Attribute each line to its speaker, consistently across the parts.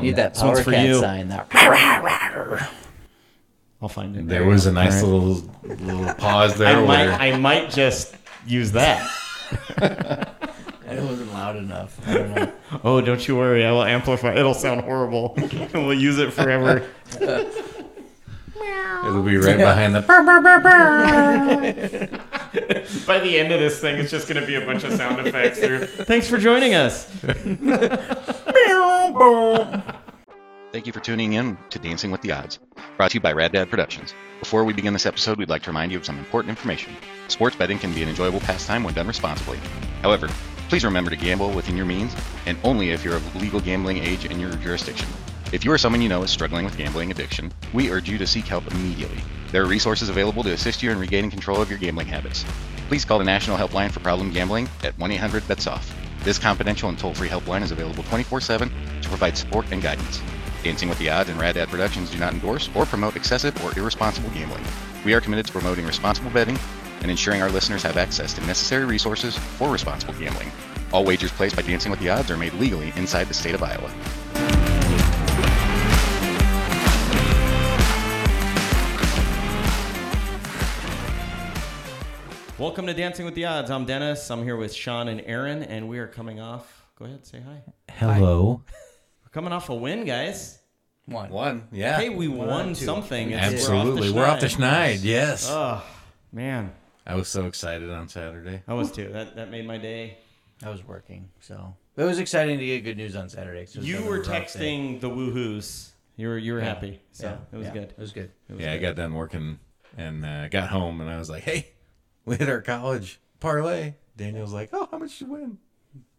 Speaker 1: Need that
Speaker 2: This one's
Speaker 1: power
Speaker 2: for
Speaker 1: cat
Speaker 2: you.
Speaker 1: sign. That.
Speaker 2: I'll find it.
Speaker 3: There was a nice
Speaker 2: All right.
Speaker 3: little little pause there.
Speaker 2: I might,
Speaker 3: where-
Speaker 2: I might just use that.
Speaker 1: It wasn't loud enough. I don't know.
Speaker 2: Oh, don't you worry. I will amplify. It'll sound horrible. and we'll use it forever.
Speaker 3: it'll be right behind the.
Speaker 2: By the end of this thing, it's just going to be a bunch of sound effects. Or, Thanks for joining us.
Speaker 4: Thank you for tuning in to Dancing with the Odds, brought to you by Rad Dad Productions. Before we begin this episode, we'd like to remind you of some important information. Sports betting can be an enjoyable pastime when done responsibly. However, please remember to gamble within your means and only if you're of legal gambling age in your jurisdiction. If you or someone you know is struggling with gambling addiction, we urge you to seek help immediately. There are resources available to assist you in regaining control of your gambling habits. Please call the National Helpline for Problem Gambling at 1 800 BETS OFF. This confidential and toll free helpline is available 24 7 to provide support and guidance. Dancing with the Odds and Rad Dad Productions do not endorse or promote excessive or irresponsible gambling. We are committed to promoting responsible betting and ensuring our listeners have access to necessary resources for responsible gambling. All wagers placed by Dancing with the Odds are made legally inside the state of Iowa.
Speaker 2: Welcome to Dancing with the Odds. I'm Dennis. I'm here with Sean and Aaron, and we are coming off. Go ahead, say hi.
Speaker 3: Hello.
Speaker 2: We're coming off a win, guys.
Speaker 1: One.
Speaker 3: One. Yeah.
Speaker 2: Hey, we won something. It's-
Speaker 3: Absolutely. We're off the
Speaker 2: schneid.
Speaker 3: schneid. Yes.
Speaker 2: Oh, man.
Speaker 3: I was so excited on Saturday.
Speaker 2: I was too. That, that made my day.
Speaker 1: I was working, so but it was exciting to get good news on Saturday. 'cause it was
Speaker 2: You
Speaker 1: kind of
Speaker 2: were
Speaker 1: a rough day.
Speaker 2: texting the woohoos. You were, you were happy. So
Speaker 1: Yeah,
Speaker 2: it was
Speaker 1: yeah,
Speaker 2: good.
Speaker 1: It was good.
Speaker 3: Yeah, I got done working and uh, got home and I was like, hey, we hit our college parlay. Daniel's like, oh, how much did you win?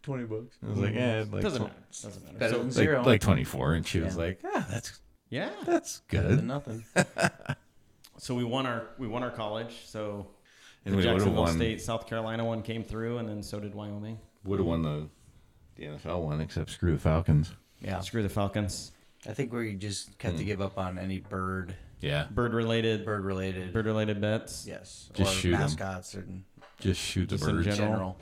Speaker 3: 20 bucks. I was like, yeah, like,
Speaker 2: Mm-hmm.
Speaker 3: tw-
Speaker 2: Doesn't matter. Doesn't matter.
Speaker 1: Better
Speaker 2: So-
Speaker 1: than zero.
Speaker 3: like, like 24. And she was like, ah, that's
Speaker 2: yeah.
Speaker 3: that's
Speaker 1: Better than
Speaker 3: good.
Speaker 1: nothing.
Speaker 2: So we won our we won our college. So
Speaker 3: And
Speaker 2: the
Speaker 3: we would have
Speaker 2: Jacksonville
Speaker 3: won,
Speaker 2: State, South Carolina one came through, and then so did Wyoming.
Speaker 3: would have won the, the NFL one, except screw the Falcons.
Speaker 1: Yeah,
Speaker 2: Screw the Falcons.
Speaker 1: I think we just got
Speaker 3: Hmm.
Speaker 1: to give up on any bird,
Speaker 3: Yeah.
Speaker 2: Bird related bird,
Speaker 1: bird related,
Speaker 2: related bets.
Speaker 1: yes,
Speaker 3: Just
Speaker 1: or
Speaker 3: shoot 'em.
Speaker 1: mascots or in
Speaker 3: Just shoot the
Speaker 2: Just in
Speaker 3: birds.
Speaker 2: general.
Speaker 1: general.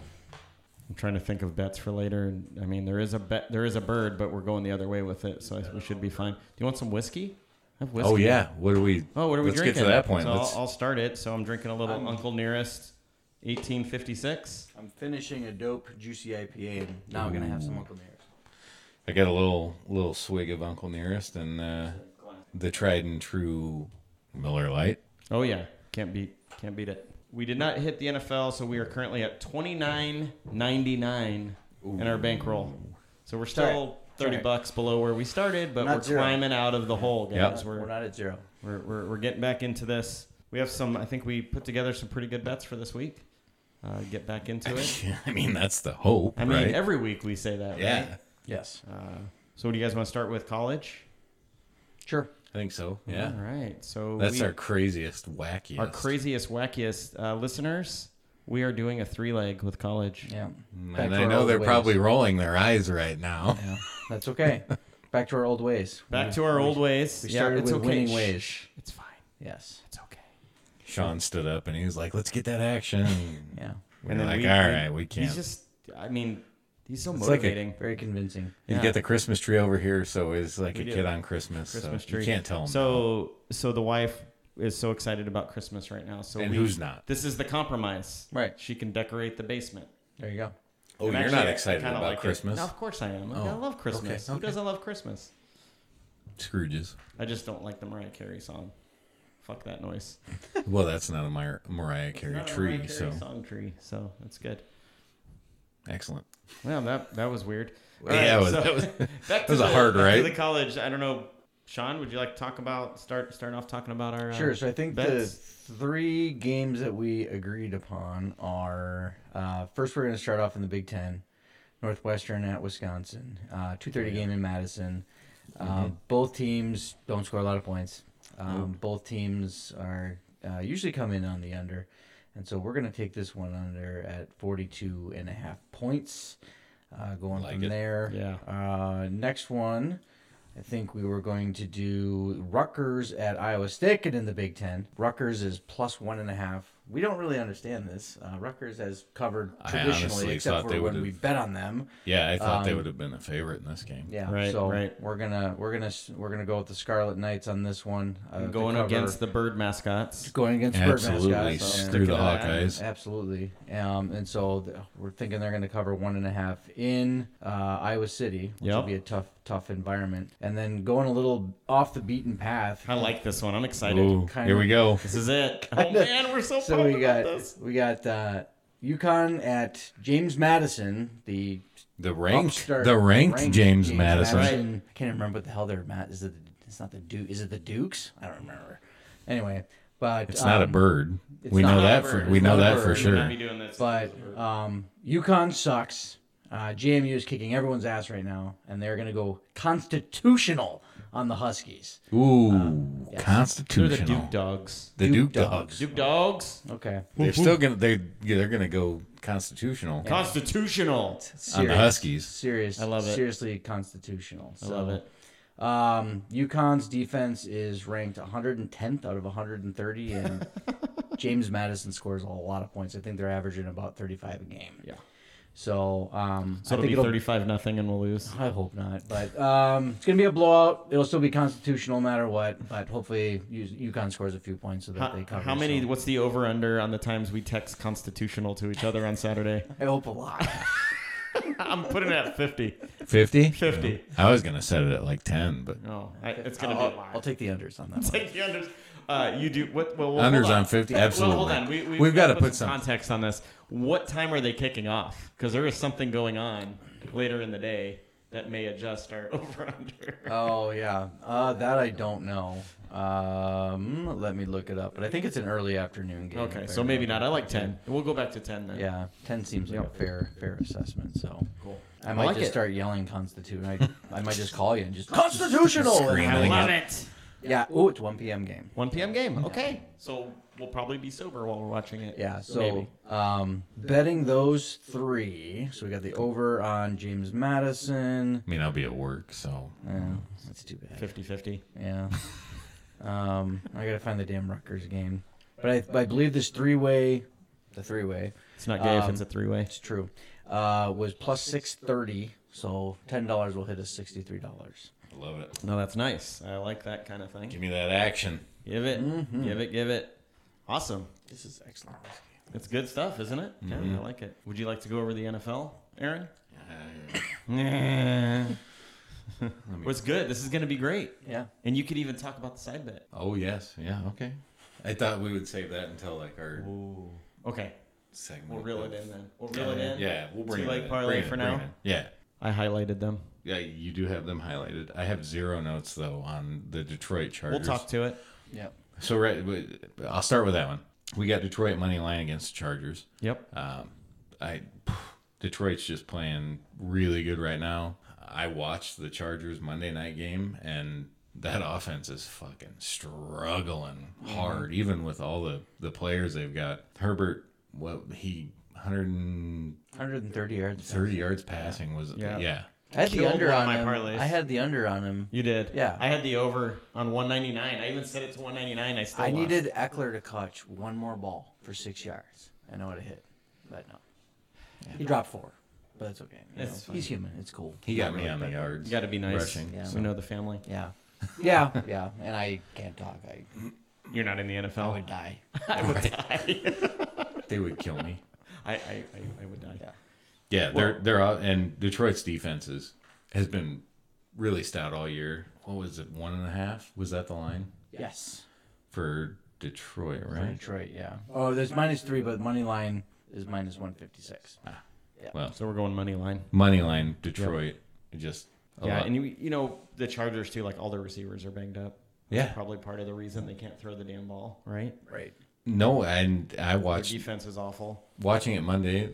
Speaker 2: I'm trying to think of bets for later. and, I mean, there is a bet, there is a bird, but we're going the other way with it, so I, we should be fine. Do you want some whiskey? I have whiskey.
Speaker 3: Oh, yeah. What are we?
Speaker 2: Oh, what are we
Speaker 3: let's
Speaker 2: drinking?
Speaker 3: get to that point.
Speaker 2: So
Speaker 3: Let's,
Speaker 2: I'll, I'll start it. So I'm drinking a little Uncle Nearest, 1856.
Speaker 1: I'm finishing a dope juicy IPA, and now I'm gonna have some Uncle Nearest.
Speaker 3: I got a little little swig of Uncle Nearest and uh, the tried and true Miller Lite.
Speaker 2: Oh yeah, can't beat can't beat it. We did not hit the NFL, so we are currently at twenty nine ninety nine in our bankroll. So we're still
Speaker 1: all right.
Speaker 2: thirty
Speaker 1: It's all
Speaker 2: bucks below where we started, but
Speaker 1: Not
Speaker 2: we're
Speaker 1: zero.
Speaker 2: climbing out of the hole, guys.
Speaker 3: Yep.
Speaker 2: We're,
Speaker 1: We're
Speaker 2: we're,
Speaker 1: not at zero.
Speaker 2: we're we're getting back into this. We have some. I think we put together some pretty good bets for this week. Uh, get back into it.
Speaker 3: I mean, that's the hope,
Speaker 2: I mean,
Speaker 3: right?
Speaker 2: every week we say that.
Speaker 3: yeah,
Speaker 2: Right?
Speaker 1: Yes,
Speaker 2: Uh, So, do you guys want to start with college?
Speaker 1: sure.
Speaker 3: I think so. Yeah,
Speaker 2: All right. So
Speaker 3: that's
Speaker 2: we-
Speaker 3: our craziest, wackiest.
Speaker 2: our craziest, wackiest uh, listeners. We are doing a three leg with college.
Speaker 1: Yeah, Back
Speaker 3: And
Speaker 1: to
Speaker 3: I
Speaker 1: our
Speaker 3: know
Speaker 1: old
Speaker 3: they're
Speaker 1: ways.
Speaker 3: probably rolling their eyes right now.
Speaker 1: Yeah, that's okay. Back to our old ways.
Speaker 2: Back to our old ways.
Speaker 1: We
Speaker 2: Yeah,
Speaker 1: started
Speaker 2: it's
Speaker 1: with
Speaker 2: okay.
Speaker 1: winning
Speaker 2: Shh,
Speaker 1: ways.
Speaker 2: shh, It's fine.
Speaker 1: Yes.
Speaker 2: It's okay.
Speaker 3: Sean stood up and he was like, "Let's get that action."
Speaker 1: Yeah.
Speaker 3: We're like, "All right, we can't."
Speaker 2: He's just, I mean, he's so
Speaker 3: It's like a
Speaker 2: motivating.
Speaker 1: Very convincing.
Speaker 3: He's
Speaker 2: yeah.
Speaker 3: got the Christmas tree over here, so it's like
Speaker 2: We
Speaker 3: a
Speaker 2: do.
Speaker 3: kid on Christmas.
Speaker 2: Christmas
Speaker 3: so
Speaker 2: tree.
Speaker 3: You can't tell him.
Speaker 2: So, so the wife is so excited about Christmas right now. So
Speaker 3: And
Speaker 2: we,
Speaker 3: who's not?
Speaker 2: This is the compromise.
Speaker 1: Right.
Speaker 2: She can decorate the basement.
Speaker 1: There you go.
Speaker 3: oh,
Speaker 2: And
Speaker 3: you're
Speaker 2: actually,
Speaker 3: not
Speaker 2: I- I
Speaker 3: excited
Speaker 2: kinda
Speaker 3: about
Speaker 2: like it.
Speaker 3: Christmas,
Speaker 2: No, of course I am. I
Speaker 3: Oh,
Speaker 2: love Christmas.
Speaker 3: okay,
Speaker 2: Who
Speaker 3: okay.
Speaker 2: doesn't love Christmas?
Speaker 3: Scrooges.
Speaker 2: I just don't like the Mariah Carey song. Fuck that noise.
Speaker 3: well, that's not a Mar- Mariah Carey
Speaker 2: Not a
Speaker 3: tree,
Speaker 2: Mariah Carey
Speaker 3: so
Speaker 2: song tree. So that's good.
Speaker 3: excellent.
Speaker 2: Well, that that was weird.
Speaker 3: Yeah, it was- that was-
Speaker 2: back to
Speaker 3: was a
Speaker 2: the,
Speaker 3: hard
Speaker 2: back
Speaker 3: right.
Speaker 2: To the college, I don't know. Sean, would you like to talk about start starting off talking about our uh,
Speaker 1: Sure. So I think
Speaker 2: bets?
Speaker 1: the three games that we agreed upon are uh, first we're going to start off in the Big Ten, Northwestern at Wisconsin, uh, two thirty game in Madison. Uh, both teams don't score a lot of points. Um, both teams are uh, usually come in on the under, and so we're going to take this one under at 42 and a half points. Uh, going
Speaker 3: Like
Speaker 1: from
Speaker 3: it.
Speaker 1: there.
Speaker 2: Yeah.
Speaker 1: Uh, next one. I think we were going to do Rutgers at Iowa State and in the Big Ten. Rutgers is plus one and a half we don't really understand this. Uh, Rutgers has covered
Speaker 3: I
Speaker 1: traditionally,
Speaker 3: honestly
Speaker 1: except
Speaker 3: thought
Speaker 1: for
Speaker 3: they
Speaker 1: when
Speaker 3: would've-
Speaker 1: we bet on them.
Speaker 3: Yeah, I thought they
Speaker 1: Um,
Speaker 3: would have been a favorite in this game.
Speaker 1: Yeah,
Speaker 2: Right,
Speaker 1: So
Speaker 2: right.
Speaker 1: we're gonna we're gonna we're gonna go with the Scarlet Knights on this one. Uh, to
Speaker 2: Going
Speaker 1: cover-
Speaker 2: against the bird mascots.
Speaker 1: going against Birdman,
Speaker 3: Absolutely,
Speaker 1: guys, and-
Speaker 3: screw the
Speaker 2: Sticking to that.
Speaker 3: Hawkeyes.
Speaker 1: Absolutely. Um, and so th- we're thinking they're going to cover one and a half in uh, Iowa City, which
Speaker 2: Yep.
Speaker 1: will be a tough, tough environment. And then going a little off the beaten path.
Speaker 2: I like this one. I'm excited.
Speaker 3: Ooh,
Speaker 1: Kinda-
Speaker 3: here we go.
Speaker 2: This is it. Oh man, we're so,
Speaker 1: So
Speaker 2: pumped
Speaker 1: we
Speaker 2: about
Speaker 1: got
Speaker 2: this.
Speaker 1: we got uh, UConn at James Madison, the
Speaker 3: The ranked,
Speaker 1: upstart-
Speaker 3: the ranked, James, Madison.
Speaker 1: I can't remember what the hell they're Matt. Is it? It's not the Duke. Is it the Dukes? I don't remember. Anyway, but
Speaker 3: It's not a
Speaker 1: um,
Speaker 3: bird.
Speaker 1: it's
Speaker 3: We
Speaker 1: not
Speaker 3: know
Speaker 1: a
Speaker 3: that
Speaker 1: bird.
Speaker 3: for
Speaker 1: It's
Speaker 3: we
Speaker 1: not
Speaker 3: know
Speaker 1: a
Speaker 3: that
Speaker 1: bird.
Speaker 3: for
Speaker 1: We're
Speaker 2: We would not
Speaker 3: sure.
Speaker 2: be doing this.
Speaker 1: But um, UConn sucks. Uh, JMU is kicking everyone's ass right now, and they're going to go constitutional on the Huskies.
Speaker 3: Ooh,
Speaker 2: um, they're the Duke
Speaker 3: constitutional.
Speaker 2: Dogs.
Speaker 3: The
Speaker 1: Duke
Speaker 3: Duke,
Speaker 1: Dogs.
Speaker 3: Dogs.
Speaker 2: Duke Dogs.
Speaker 1: Okay.
Speaker 3: They're still gonna they yeah, they're gonna go constitutional
Speaker 2: Constitutional.
Speaker 3: on the
Speaker 1: Serious-
Speaker 3: Huskies.
Speaker 1: Serious.
Speaker 2: I love it.
Speaker 1: Seriously constitutional.
Speaker 2: I love it.
Speaker 1: Um, UConn's defense is ranked 110th out of 130, and James Madison scores a lot of points. I think they're averaging about 35 a game.
Speaker 2: Yeah.
Speaker 1: So, um,
Speaker 2: So
Speaker 1: I
Speaker 2: it'll
Speaker 1: think
Speaker 2: be 35 nothing and we'll lose.
Speaker 1: I hope not, but um, it's gonna be a blowout. It'll still be constitutional, no matter what. But hopefully, U- UConn scores a few points so that
Speaker 2: How,
Speaker 1: they cover.
Speaker 2: how many?
Speaker 1: so-
Speaker 2: What's the over under on the times we text constitutional to each other on Saturday?
Speaker 1: I hope a lot.
Speaker 2: I'm putting it at 50.
Speaker 3: Fifty?
Speaker 2: 50.
Speaker 3: I was gonna set it at like ten, but
Speaker 2: Oh, I, it's gonna be. a
Speaker 1: I'll,
Speaker 2: lot.
Speaker 1: I'll take the unders on that. One.
Speaker 2: Take the unders. Uh, you do what? Well, well,
Speaker 3: unders
Speaker 2: hold
Speaker 3: on fifty. Absolutely.
Speaker 2: Well, hold on. We, we,
Speaker 3: have got to put,
Speaker 2: some
Speaker 3: some.
Speaker 2: context on this. What time are they kicking off? Because there is something going on later in the day that may adjust our over under.
Speaker 1: Oh yeah, uh, that I don't know. Um, let me look it up. But I think it's an early afternoon game.
Speaker 2: okay,
Speaker 1: if I
Speaker 2: so maybe
Speaker 1: remember.
Speaker 2: not. I like ten. We'll go back to ten then.
Speaker 1: Yeah, ten seems like a fair fair assessment. So
Speaker 2: Cool.
Speaker 1: I might
Speaker 2: like
Speaker 1: just
Speaker 2: it.
Speaker 1: start yelling constitution. I, I might just call you and just constitutional.
Speaker 3: Scream.
Speaker 2: I
Speaker 3: Nothing
Speaker 2: love
Speaker 3: yet.
Speaker 2: it.
Speaker 1: Yeah. Oh, it's one p.m. game.
Speaker 2: 1 p.m. game. Okay. So we'll probably be sober while we're watching it.
Speaker 1: Yeah, so
Speaker 2: Maybe.
Speaker 1: um, betting those three. So we got the over on James Madison.
Speaker 3: I mean, I'll be at work, so
Speaker 1: Uh, that's too bad.
Speaker 2: 50 50.
Speaker 1: Yeah. Um, I gotta find the damn Rutgers game, but I, but I believe this three-way, the three-way,
Speaker 2: It's not gay if
Speaker 1: Um,
Speaker 2: it's a three way.
Speaker 1: it's true, uh, was plus six thirty. So ten dollars will hit us sixty-three dollars.
Speaker 3: I love it.
Speaker 2: No, that's nice. I like that kind of thing.
Speaker 3: Give me that action.
Speaker 2: Give it. Give it. Give it. Awesome.
Speaker 1: This is excellent.
Speaker 2: It's good stuff, isn't it? Yeah, I like it. Would you like to go over the NFL, Aaron? Yeah. well, it's good. This is going to be great.
Speaker 1: Yeah.
Speaker 2: And you could even talk about the side bet.
Speaker 3: Oh yes, yeah, okay. I thought we would save that until like our
Speaker 2: Okay.
Speaker 3: segment.
Speaker 2: We'll reel it in then. We'll reel it in.
Speaker 3: Yeah, we'll bring
Speaker 2: Two
Speaker 3: it
Speaker 2: leg
Speaker 3: in.
Speaker 2: parlay
Speaker 3: Bring it,
Speaker 2: for
Speaker 3: bring
Speaker 2: now?
Speaker 3: it in. Yeah.
Speaker 2: I highlighted them.
Speaker 3: Yeah, you do have them highlighted. I have zero notes though on the Detroit Chargers.
Speaker 2: We'll talk to it.
Speaker 1: Yeah.
Speaker 3: So right, but I'll start with that one. We got Detroit money line against the Chargers.
Speaker 2: Yep.
Speaker 3: Um, I Detroit's just playing really good right now. I watched the Chargers Monday night game, and that offense is fucking struggling hard, even with all the the players they've got. Herbert, what he 130
Speaker 1: Hundred and thirty yards.
Speaker 3: yards passing was
Speaker 2: Yeah.
Speaker 3: yeah.
Speaker 1: I had the
Speaker 2: Killed
Speaker 1: under
Speaker 2: one
Speaker 1: on
Speaker 2: of my
Speaker 1: him.
Speaker 2: parlays.
Speaker 1: I had the under on him.
Speaker 2: You did.
Speaker 1: Yeah.
Speaker 2: I had the over on 199. I even set it to 199. I still
Speaker 1: I
Speaker 2: lost.
Speaker 1: needed Eckler to catch one more ball for six yards. I know it hit, but no. He dropped four, but that's okay. You
Speaker 2: It's
Speaker 1: know, he's human. It's cool.
Speaker 3: He got me on the yards.
Speaker 2: You got to be nice.
Speaker 3: Rushing.
Speaker 1: Yeah.
Speaker 2: So we know the family.
Speaker 1: Yeah. Yeah, yeah. And I can't talk. I,
Speaker 2: You're not in the NFL.
Speaker 1: I would die.
Speaker 3: They would kill me.
Speaker 2: I, I, I, I would die.
Speaker 1: Yeah.
Speaker 3: Yeah, they're they're out, and Detroit's defense is, has been really stout all year. What was it, one and a half? Was that the line
Speaker 1: Yes.
Speaker 3: for Detroit?
Speaker 1: For
Speaker 3: Right.
Speaker 1: Detroit, yeah. Oh, there's minus three, but money line is minus 156.
Speaker 3: Well,
Speaker 2: So we're going money line.
Speaker 3: money line Detroit just a
Speaker 2: yeah,
Speaker 3: lot.
Speaker 2: and you you know the Chargers too. Like all their receivers are banged up. That's
Speaker 3: Yeah.
Speaker 2: probably part of the reason they can't throw the damn ball. Right.
Speaker 1: Right.
Speaker 3: no, and I
Speaker 2: Their
Speaker 3: watched
Speaker 2: defense is awful.
Speaker 3: watching it Monday.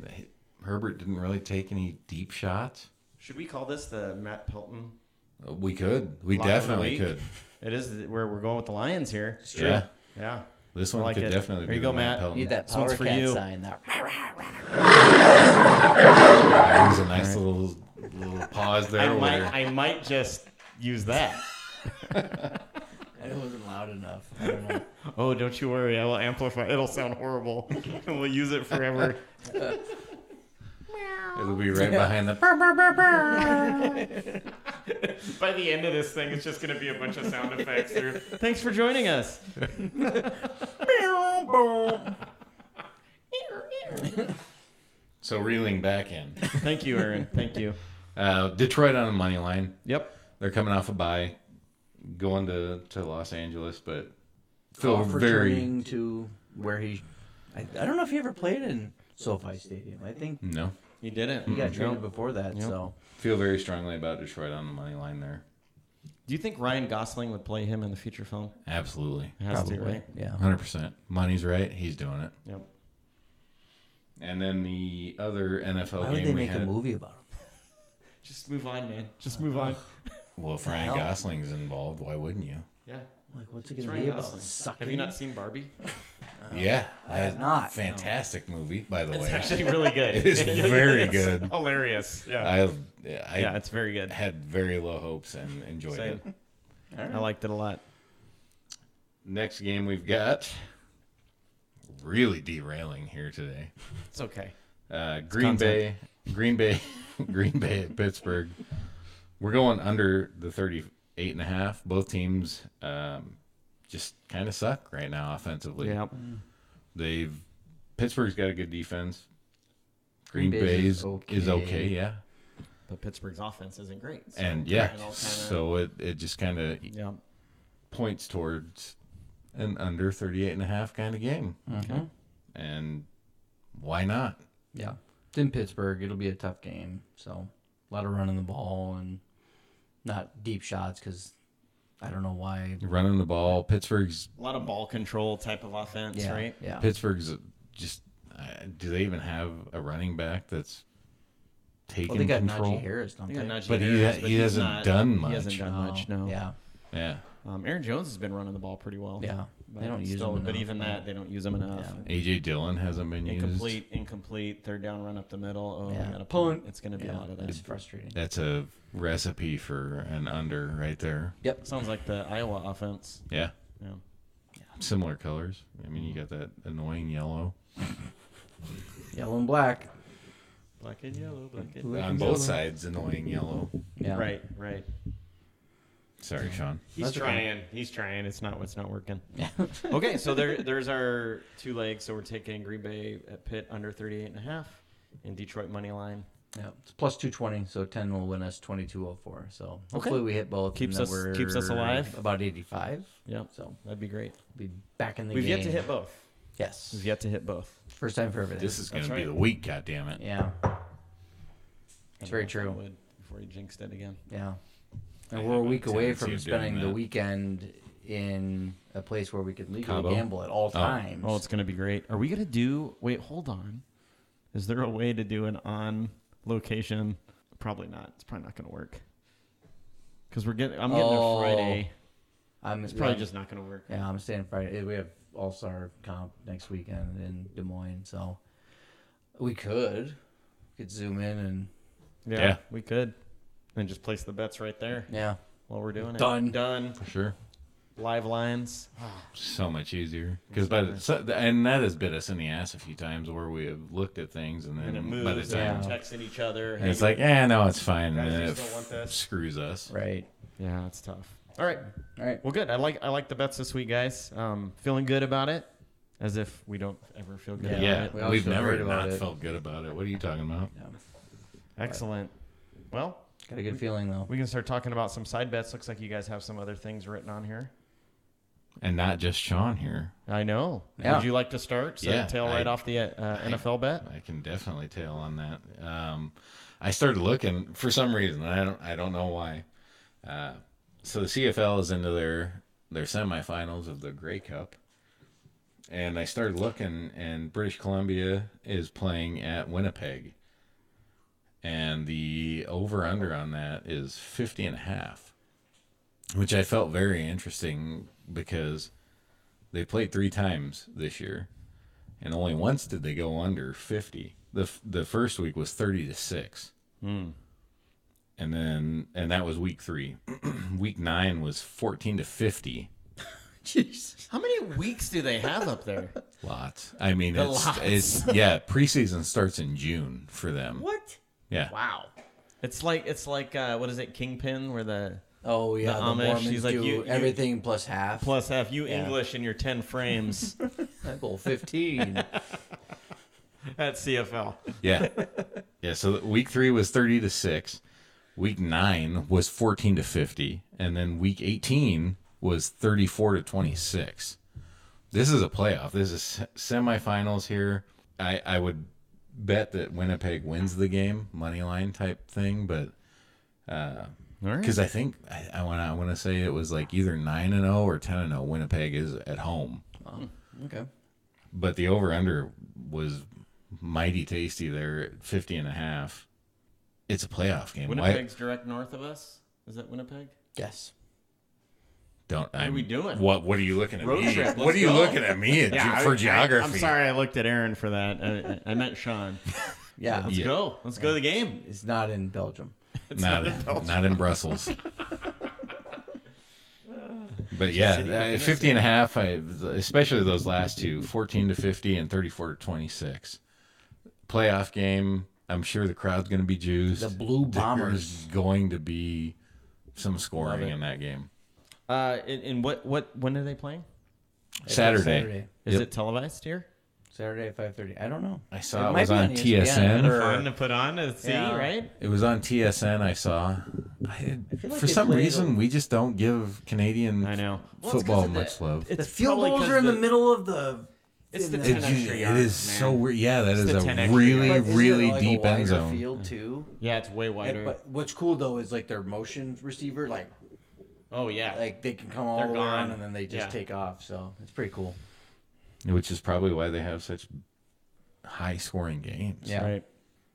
Speaker 3: Herbert didn't really take any deep shots.
Speaker 2: Should we call this the Matt Pelton?
Speaker 3: We could, we
Speaker 2: Lock of the
Speaker 3: definitely
Speaker 2: week?
Speaker 3: could.
Speaker 2: It is th- where we're going with the Lions here.
Speaker 3: Yeah,
Speaker 2: Yeah.
Speaker 3: this
Speaker 2: I
Speaker 3: one
Speaker 2: like
Speaker 3: could
Speaker 2: it.
Speaker 3: definitely.
Speaker 2: There
Speaker 3: be
Speaker 2: you go,
Speaker 3: the Matt
Speaker 2: Matt.
Speaker 3: Pelton.
Speaker 1: Need that
Speaker 2: This one's
Speaker 1: power
Speaker 2: for
Speaker 1: cat
Speaker 2: you.
Speaker 1: sign. That.
Speaker 3: That was a nice little little pause there.
Speaker 2: I might
Speaker 3: where-
Speaker 2: I might just use that.
Speaker 1: I It wasn't loud enough. I don't know.
Speaker 2: Oh, don't you worry. I will amplify. It'll sound horrible. and we'll use it forever.
Speaker 3: It'll be right behind the.
Speaker 2: By the end of this thing, it's just going to be a bunch of sound effects. Or, Thanks for joining us.
Speaker 3: So reeling back in.
Speaker 2: Thank you, Aaron. Thank you.
Speaker 3: Uh, Detroit on the money line.
Speaker 2: Yep.
Speaker 3: They're coming off a bye, going to, to Los Angeles, but feel
Speaker 1: Off
Speaker 3: very
Speaker 1: returning to where he. I, I don't know if he ever played in SoFi Stadium. I think
Speaker 3: no
Speaker 2: You didn't.
Speaker 1: he got traded
Speaker 2: No.
Speaker 1: before that. So
Speaker 3: feel very strongly about Detroit on the money line there.
Speaker 2: Do you think Ryan Gosling would play him in the feature film?
Speaker 3: Absolutely,
Speaker 2: It has to, right?
Speaker 1: yeah.
Speaker 3: hundred percent. Money's right. He's doing it.
Speaker 2: Yep.
Speaker 3: And then the other NFL
Speaker 1: Why would
Speaker 3: game
Speaker 1: they
Speaker 3: we
Speaker 1: make
Speaker 3: had.
Speaker 1: a movie about him?
Speaker 2: Just move on, man. Just move on.
Speaker 3: Well, if Ryan
Speaker 1: hell?
Speaker 3: Gosling's involved, why wouldn't you?
Speaker 2: Yeah.
Speaker 1: Like, what's it
Speaker 2: It's
Speaker 1: gonna be
Speaker 2: Ryan
Speaker 1: about?
Speaker 2: Gosling.
Speaker 1: Sucking?
Speaker 2: Have you not seen Barbie?
Speaker 3: yeah,
Speaker 1: have
Speaker 3: that-
Speaker 1: Oh, not.
Speaker 3: Fantastic movie, by the
Speaker 2: It's
Speaker 3: way.
Speaker 2: actually really good.
Speaker 3: It is very good.
Speaker 2: Hilarious. Yeah.
Speaker 3: I I
Speaker 2: yeah, it's very good.
Speaker 3: had very low hopes and enjoyed
Speaker 2: Same.
Speaker 3: it.
Speaker 2: I liked it a lot.
Speaker 3: Next game we've got really derailing here today.
Speaker 2: It's okay.
Speaker 3: Uh, Green Bay, Green Bay, Green Bay at Pittsburgh. We're going under the 38 and a half. Both teams um, just kind of suck right now offensively.
Speaker 2: Yeah.
Speaker 3: They've Pittsburgh's got a good defense. Green,
Speaker 1: Green
Speaker 3: Bay
Speaker 1: Bay's
Speaker 3: is
Speaker 1: is
Speaker 3: okay.
Speaker 1: okay.
Speaker 3: yeah.
Speaker 2: But Pittsburgh's offense isn't great. so-
Speaker 3: And yeah,
Speaker 2: It all kinda-
Speaker 3: so it, it just kind of
Speaker 2: Yeah.
Speaker 3: points towards an under 38 and a half kind of game.
Speaker 1: Mhm.
Speaker 3: And why not?
Speaker 1: Yeah. It's in Pittsburgh. It'll be a tough game. So a lot of running the ball and not deep shots because I don't know why.
Speaker 3: Running the ball, Pittsburgh's
Speaker 2: A lot of ball control type of offense,
Speaker 1: Yeah.
Speaker 2: right?
Speaker 1: Yeah.
Speaker 3: Pittsburgh's just uh, do they even have a running back that's taking
Speaker 1: well, they got
Speaker 3: control?
Speaker 1: Najee Harris, don't
Speaker 2: They
Speaker 1: they?
Speaker 2: got Najee
Speaker 3: But he
Speaker 2: Harris,
Speaker 3: ha-
Speaker 2: but
Speaker 3: he
Speaker 2: he's
Speaker 3: hasn't done
Speaker 2: He
Speaker 3: much.
Speaker 2: hasn't done
Speaker 1: Oh,
Speaker 2: much. No.
Speaker 1: Yeah.
Speaker 3: Yeah.
Speaker 2: Um, Aaron Jones has been running the ball pretty well.
Speaker 1: Yeah.
Speaker 2: But
Speaker 1: They don't use
Speaker 2: still-
Speaker 1: him.
Speaker 2: But
Speaker 1: enough.
Speaker 2: even that, they don't use him enough.
Speaker 1: Yeah.
Speaker 3: AJ Dillon hasn't been used.
Speaker 2: Incomplete, incomplete, third down run up the middle. Oh,
Speaker 1: Yeah.
Speaker 2: we got a
Speaker 1: Punt.
Speaker 2: punt. It's going to be
Speaker 1: Yeah,
Speaker 2: a lot of
Speaker 1: It's
Speaker 2: that.
Speaker 1: frustrating.
Speaker 3: That's a recipe for an under right there.
Speaker 1: Yep.
Speaker 2: Sounds like the Iowa offense.
Speaker 3: Yeah.
Speaker 2: Yeah.
Speaker 3: Similar colors. I mean, you got that annoying yellow
Speaker 1: Yellow and black.
Speaker 2: Black and yellow, black and
Speaker 1: Black
Speaker 3: on
Speaker 1: and
Speaker 3: both
Speaker 1: yellow.
Speaker 3: sides. Annoying yellow.
Speaker 1: Yeah.
Speaker 2: Right, right.
Speaker 3: Sorry, Sean.
Speaker 2: He's
Speaker 1: That's okay.
Speaker 2: trying. He's trying. It's not what's not working. okay, so there there's our two legs. So we're taking Green Bay at Pitt under 38 and a half and Detroit money line.
Speaker 1: Yeah. It's plus 220, so 10 will win us 2204. So hopefully we hit both.
Speaker 2: Keeps
Speaker 1: and then
Speaker 2: us- keeps us
Speaker 1: we're
Speaker 2: alive.
Speaker 1: About 85.
Speaker 2: Yeah.
Speaker 1: So
Speaker 2: That'd be great.
Speaker 1: be back in the
Speaker 2: We've
Speaker 1: game.
Speaker 2: yet to hit both.
Speaker 1: Yes.
Speaker 2: We've yet to hit both.
Speaker 1: First time for everything.
Speaker 3: This is going
Speaker 2: That's
Speaker 3: to be
Speaker 2: right.
Speaker 3: the week. God damn it.
Speaker 1: Yeah. It's very true.
Speaker 2: Wood Before he jinxed it again.
Speaker 1: Yeah.
Speaker 3: I
Speaker 1: And we're a
Speaker 3: have a
Speaker 1: week away
Speaker 3: tendency
Speaker 1: from
Speaker 3: of doing
Speaker 1: spending the
Speaker 3: that.
Speaker 1: weekend in a place where we could legally
Speaker 3: Cabo?
Speaker 1: gamble at all times.
Speaker 2: Oh, it's gonna be great. Are we gonna do? Wait, hold on. Is there a way to do an on location? Probably not. It's probably not gonna work. Cause we're getting. I'm getting
Speaker 1: Oh.
Speaker 2: a Friday.
Speaker 1: I'm
Speaker 2: It's probably just not gonna work.
Speaker 1: yeah. I'm staying Friday. Eh, We have All Star Comp next weekend in Des Moines, so we could we could zoom in and
Speaker 2: Yeah,
Speaker 3: Yeah.
Speaker 2: we could. And just place the bets right there
Speaker 1: yeah.
Speaker 2: while we're doing it.
Speaker 1: Done.
Speaker 2: Done.
Speaker 3: For sure.
Speaker 2: Live lines.
Speaker 3: so much easier because by the so, and that has bit us in the ass a few times where we have looked at things and then
Speaker 2: And it
Speaker 3: Mm, by the
Speaker 2: moves.
Speaker 3: time
Speaker 2: And
Speaker 1: Yeah.
Speaker 2: we're texting each other.
Speaker 3: and it's like eh no it's fine
Speaker 2: Guys,
Speaker 3: and then
Speaker 2: you
Speaker 3: it
Speaker 2: still want this?
Speaker 3: screws us
Speaker 1: Right.
Speaker 2: yeah, it's tough. All right.
Speaker 1: All right.
Speaker 2: Well, good. I like I like the bets this week, guys. Um, feeling good about it, as if we don't ever feel good.
Speaker 1: Yeah.
Speaker 2: About
Speaker 3: yeah,
Speaker 2: It.
Speaker 1: we
Speaker 3: we've
Speaker 1: also
Speaker 3: never
Speaker 1: worried about
Speaker 3: not
Speaker 1: it.
Speaker 3: felt good about it what are you talking about
Speaker 1: Yeah.
Speaker 2: Excellent. Well,
Speaker 1: Got a good feeling though.
Speaker 2: we can start talking about some side bets. Looks like you guys have some other things written on here.
Speaker 3: and not just Sean here
Speaker 2: I know.
Speaker 1: Yeah.
Speaker 2: Would you like to start? So
Speaker 3: Yeah,
Speaker 2: tail right
Speaker 3: I-
Speaker 2: off the uh, NFL bet.
Speaker 3: I can definitely tail on that um I started looking for some reason and I don't I don't know why uh so the CFL is into their their semifinals of the Grey Cup and I started looking, and British Columbia is playing at Winnipeg. And the over under on that is 50 and a half, which I felt very interesting because they played three times this year, and only once did they go under 50. The, f- the first week was 30 to 6.
Speaker 2: Hmm.
Speaker 3: And then, and that was week three. week nine was 14 to 50.
Speaker 2: How many weeks do they have up there?
Speaker 3: Lots. I mean,
Speaker 2: The
Speaker 3: it's,
Speaker 2: lots.
Speaker 3: it's yeah. Preseason starts in June for them.
Speaker 1: What?
Speaker 3: Yeah.
Speaker 2: Wow. It's like it's like uh, what is it, Kingpin, where the
Speaker 1: Oh yeah, the,
Speaker 2: The Amish,
Speaker 1: Mormons
Speaker 2: he's like,
Speaker 1: do
Speaker 2: "You- you-
Speaker 1: everything plus half.
Speaker 2: plus half you
Speaker 1: Yeah.
Speaker 2: English in your ten frames
Speaker 1: I bowl fifteen.
Speaker 2: at CFL.
Speaker 3: Yeah. yeah. So week three was thirty to six. Week nine was fourteen to fifty, and then week eighteen was thirty-four to twenty-six. This is a playoff. This is se- semifinals here. I I would bet that Winnipeg wins the game, money line type thing, but
Speaker 2: All right.
Speaker 3: because I think I want to I want to say it was like either nine and zero or ten and zero. Winnipeg is at home,
Speaker 1: okay.
Speaker 3: but the over under was mighty tasty there at 50 and a half. It's a playoff game. Why
Speaker 2: Winnipeg's direct north of us. Is that Winnipeg?
Speaker 1: Yes.
Speaker 3: don't I?
Speaker 2: are we doing?
Speaker 3: What What are you looking at
Speaker 2: Road
Speaker 3: me?
Speaker 2: trip,
Speaker 3: What
Speaker 2: let's
Speaker 3: are you
Speaker 2: go.
Speaker 3: looking at me at, ge- for geography?
Speaker 2: I, am sorry, I looked at Aaron for that. I, I, I meant Sean.
Speaker 1: Yeah.
Speaker 2: Let's
Speaker 3: Yeah.
Speaker 2: go. Let's go to the game.
Speaker 1: It's not in Belgium.
Speaker 3: Not, in, not in Brussels. But yeah, uh, 50 and a half, I, especially those last two 14 to 50 and 34 to 26. Playoff game. I'm sure the crowd's going to be juiced.
Speaker 1: The Blue
Speaker 3: There's
Speaker 1: Bombers.
Speaker 3: going to be some scoring
Speaker 1: Love it.
Speaker 3: in that game.
Speaker 2: Uh, and, and what what when are they playing?
Speaker 3: Saturday.
Speaker 1: Saturday.
Speaker 2: Is
Speaker 3: Yep.
Speaker 2: it televised here?
Speaker 1: Saturday at five thirty. I don't know.
Speaker 3: I saw it,
Speaker 1: might
Speaker 3: was
Speaker 1: be
Speaker 3: on,
Speaker 1: on E ESPN
Speaker 3: TSN.
Speaker 1: or-
Speaker 2: Fun to put on to see,
Speaker 1: Yeah.
Speaker 2: right?
Speaker 3: It was on TSN. I saw. I,
Speaker 1: feel like
Speaker 3: for
Speaker 1: they
Speaker 3: some
Speaker 1: played
Speaker 3: reason,
Speaker 1: a-
Speaker 3: we just don't give Canadian
Speaker 2: I know.
Speaker 1: Well, it's 'cause
Speaker 3: football
Speaker 1: of the-
Speaker 3: much love.
Speaker 1: The
Speaker 2: It's
Speaker 1: field
Speaker 2: probably
Speaker 1: goals
Speaker 2: 'cause
Speaker 1: are in the
Speaker 2: the-
Speaker 1: middle of the.
Speaker 2: It's
Speaker 1: in
Speaker 2: the
Speaker 3: It's
Speaker 2: 10
Speaker 1: But
Speaker 2: extra
Speaker 3: usually- it
Speaker 2: yards,
Speaker 3: is
Speaker 2: man.
Speaker 3: so weird. Yeah, that is
Speaker 2: the
Speaker 3: a
Speaker 2: 10 extra
Speaker 3: really,
Speaker 2: yards.
Speaker 1: isn't it
Speaker 3: really
Speaker 1: like a
Speaker 3: deep
Speaker 1: wider
Speaker 3: end zone.
Speaker 1: Field too.
Speaker 2: Yeah, it's way wider.
Speaker 1: And- but what's cool though is like their motion receiver, like
Speaker 2: oh yeah.
Speaker 1: like they can come all
Speaker 2: They're
Speaker 1: the way around
Speaker 2: gone.
Speaker 1: and then they just
Speaker 2: Yeah.
Speaker 1: take off. So it's pretty cool.
Speaker 3: which is probably why they have such high scoring games.
Speaker 1: Yeah.
Speaker 2: Right.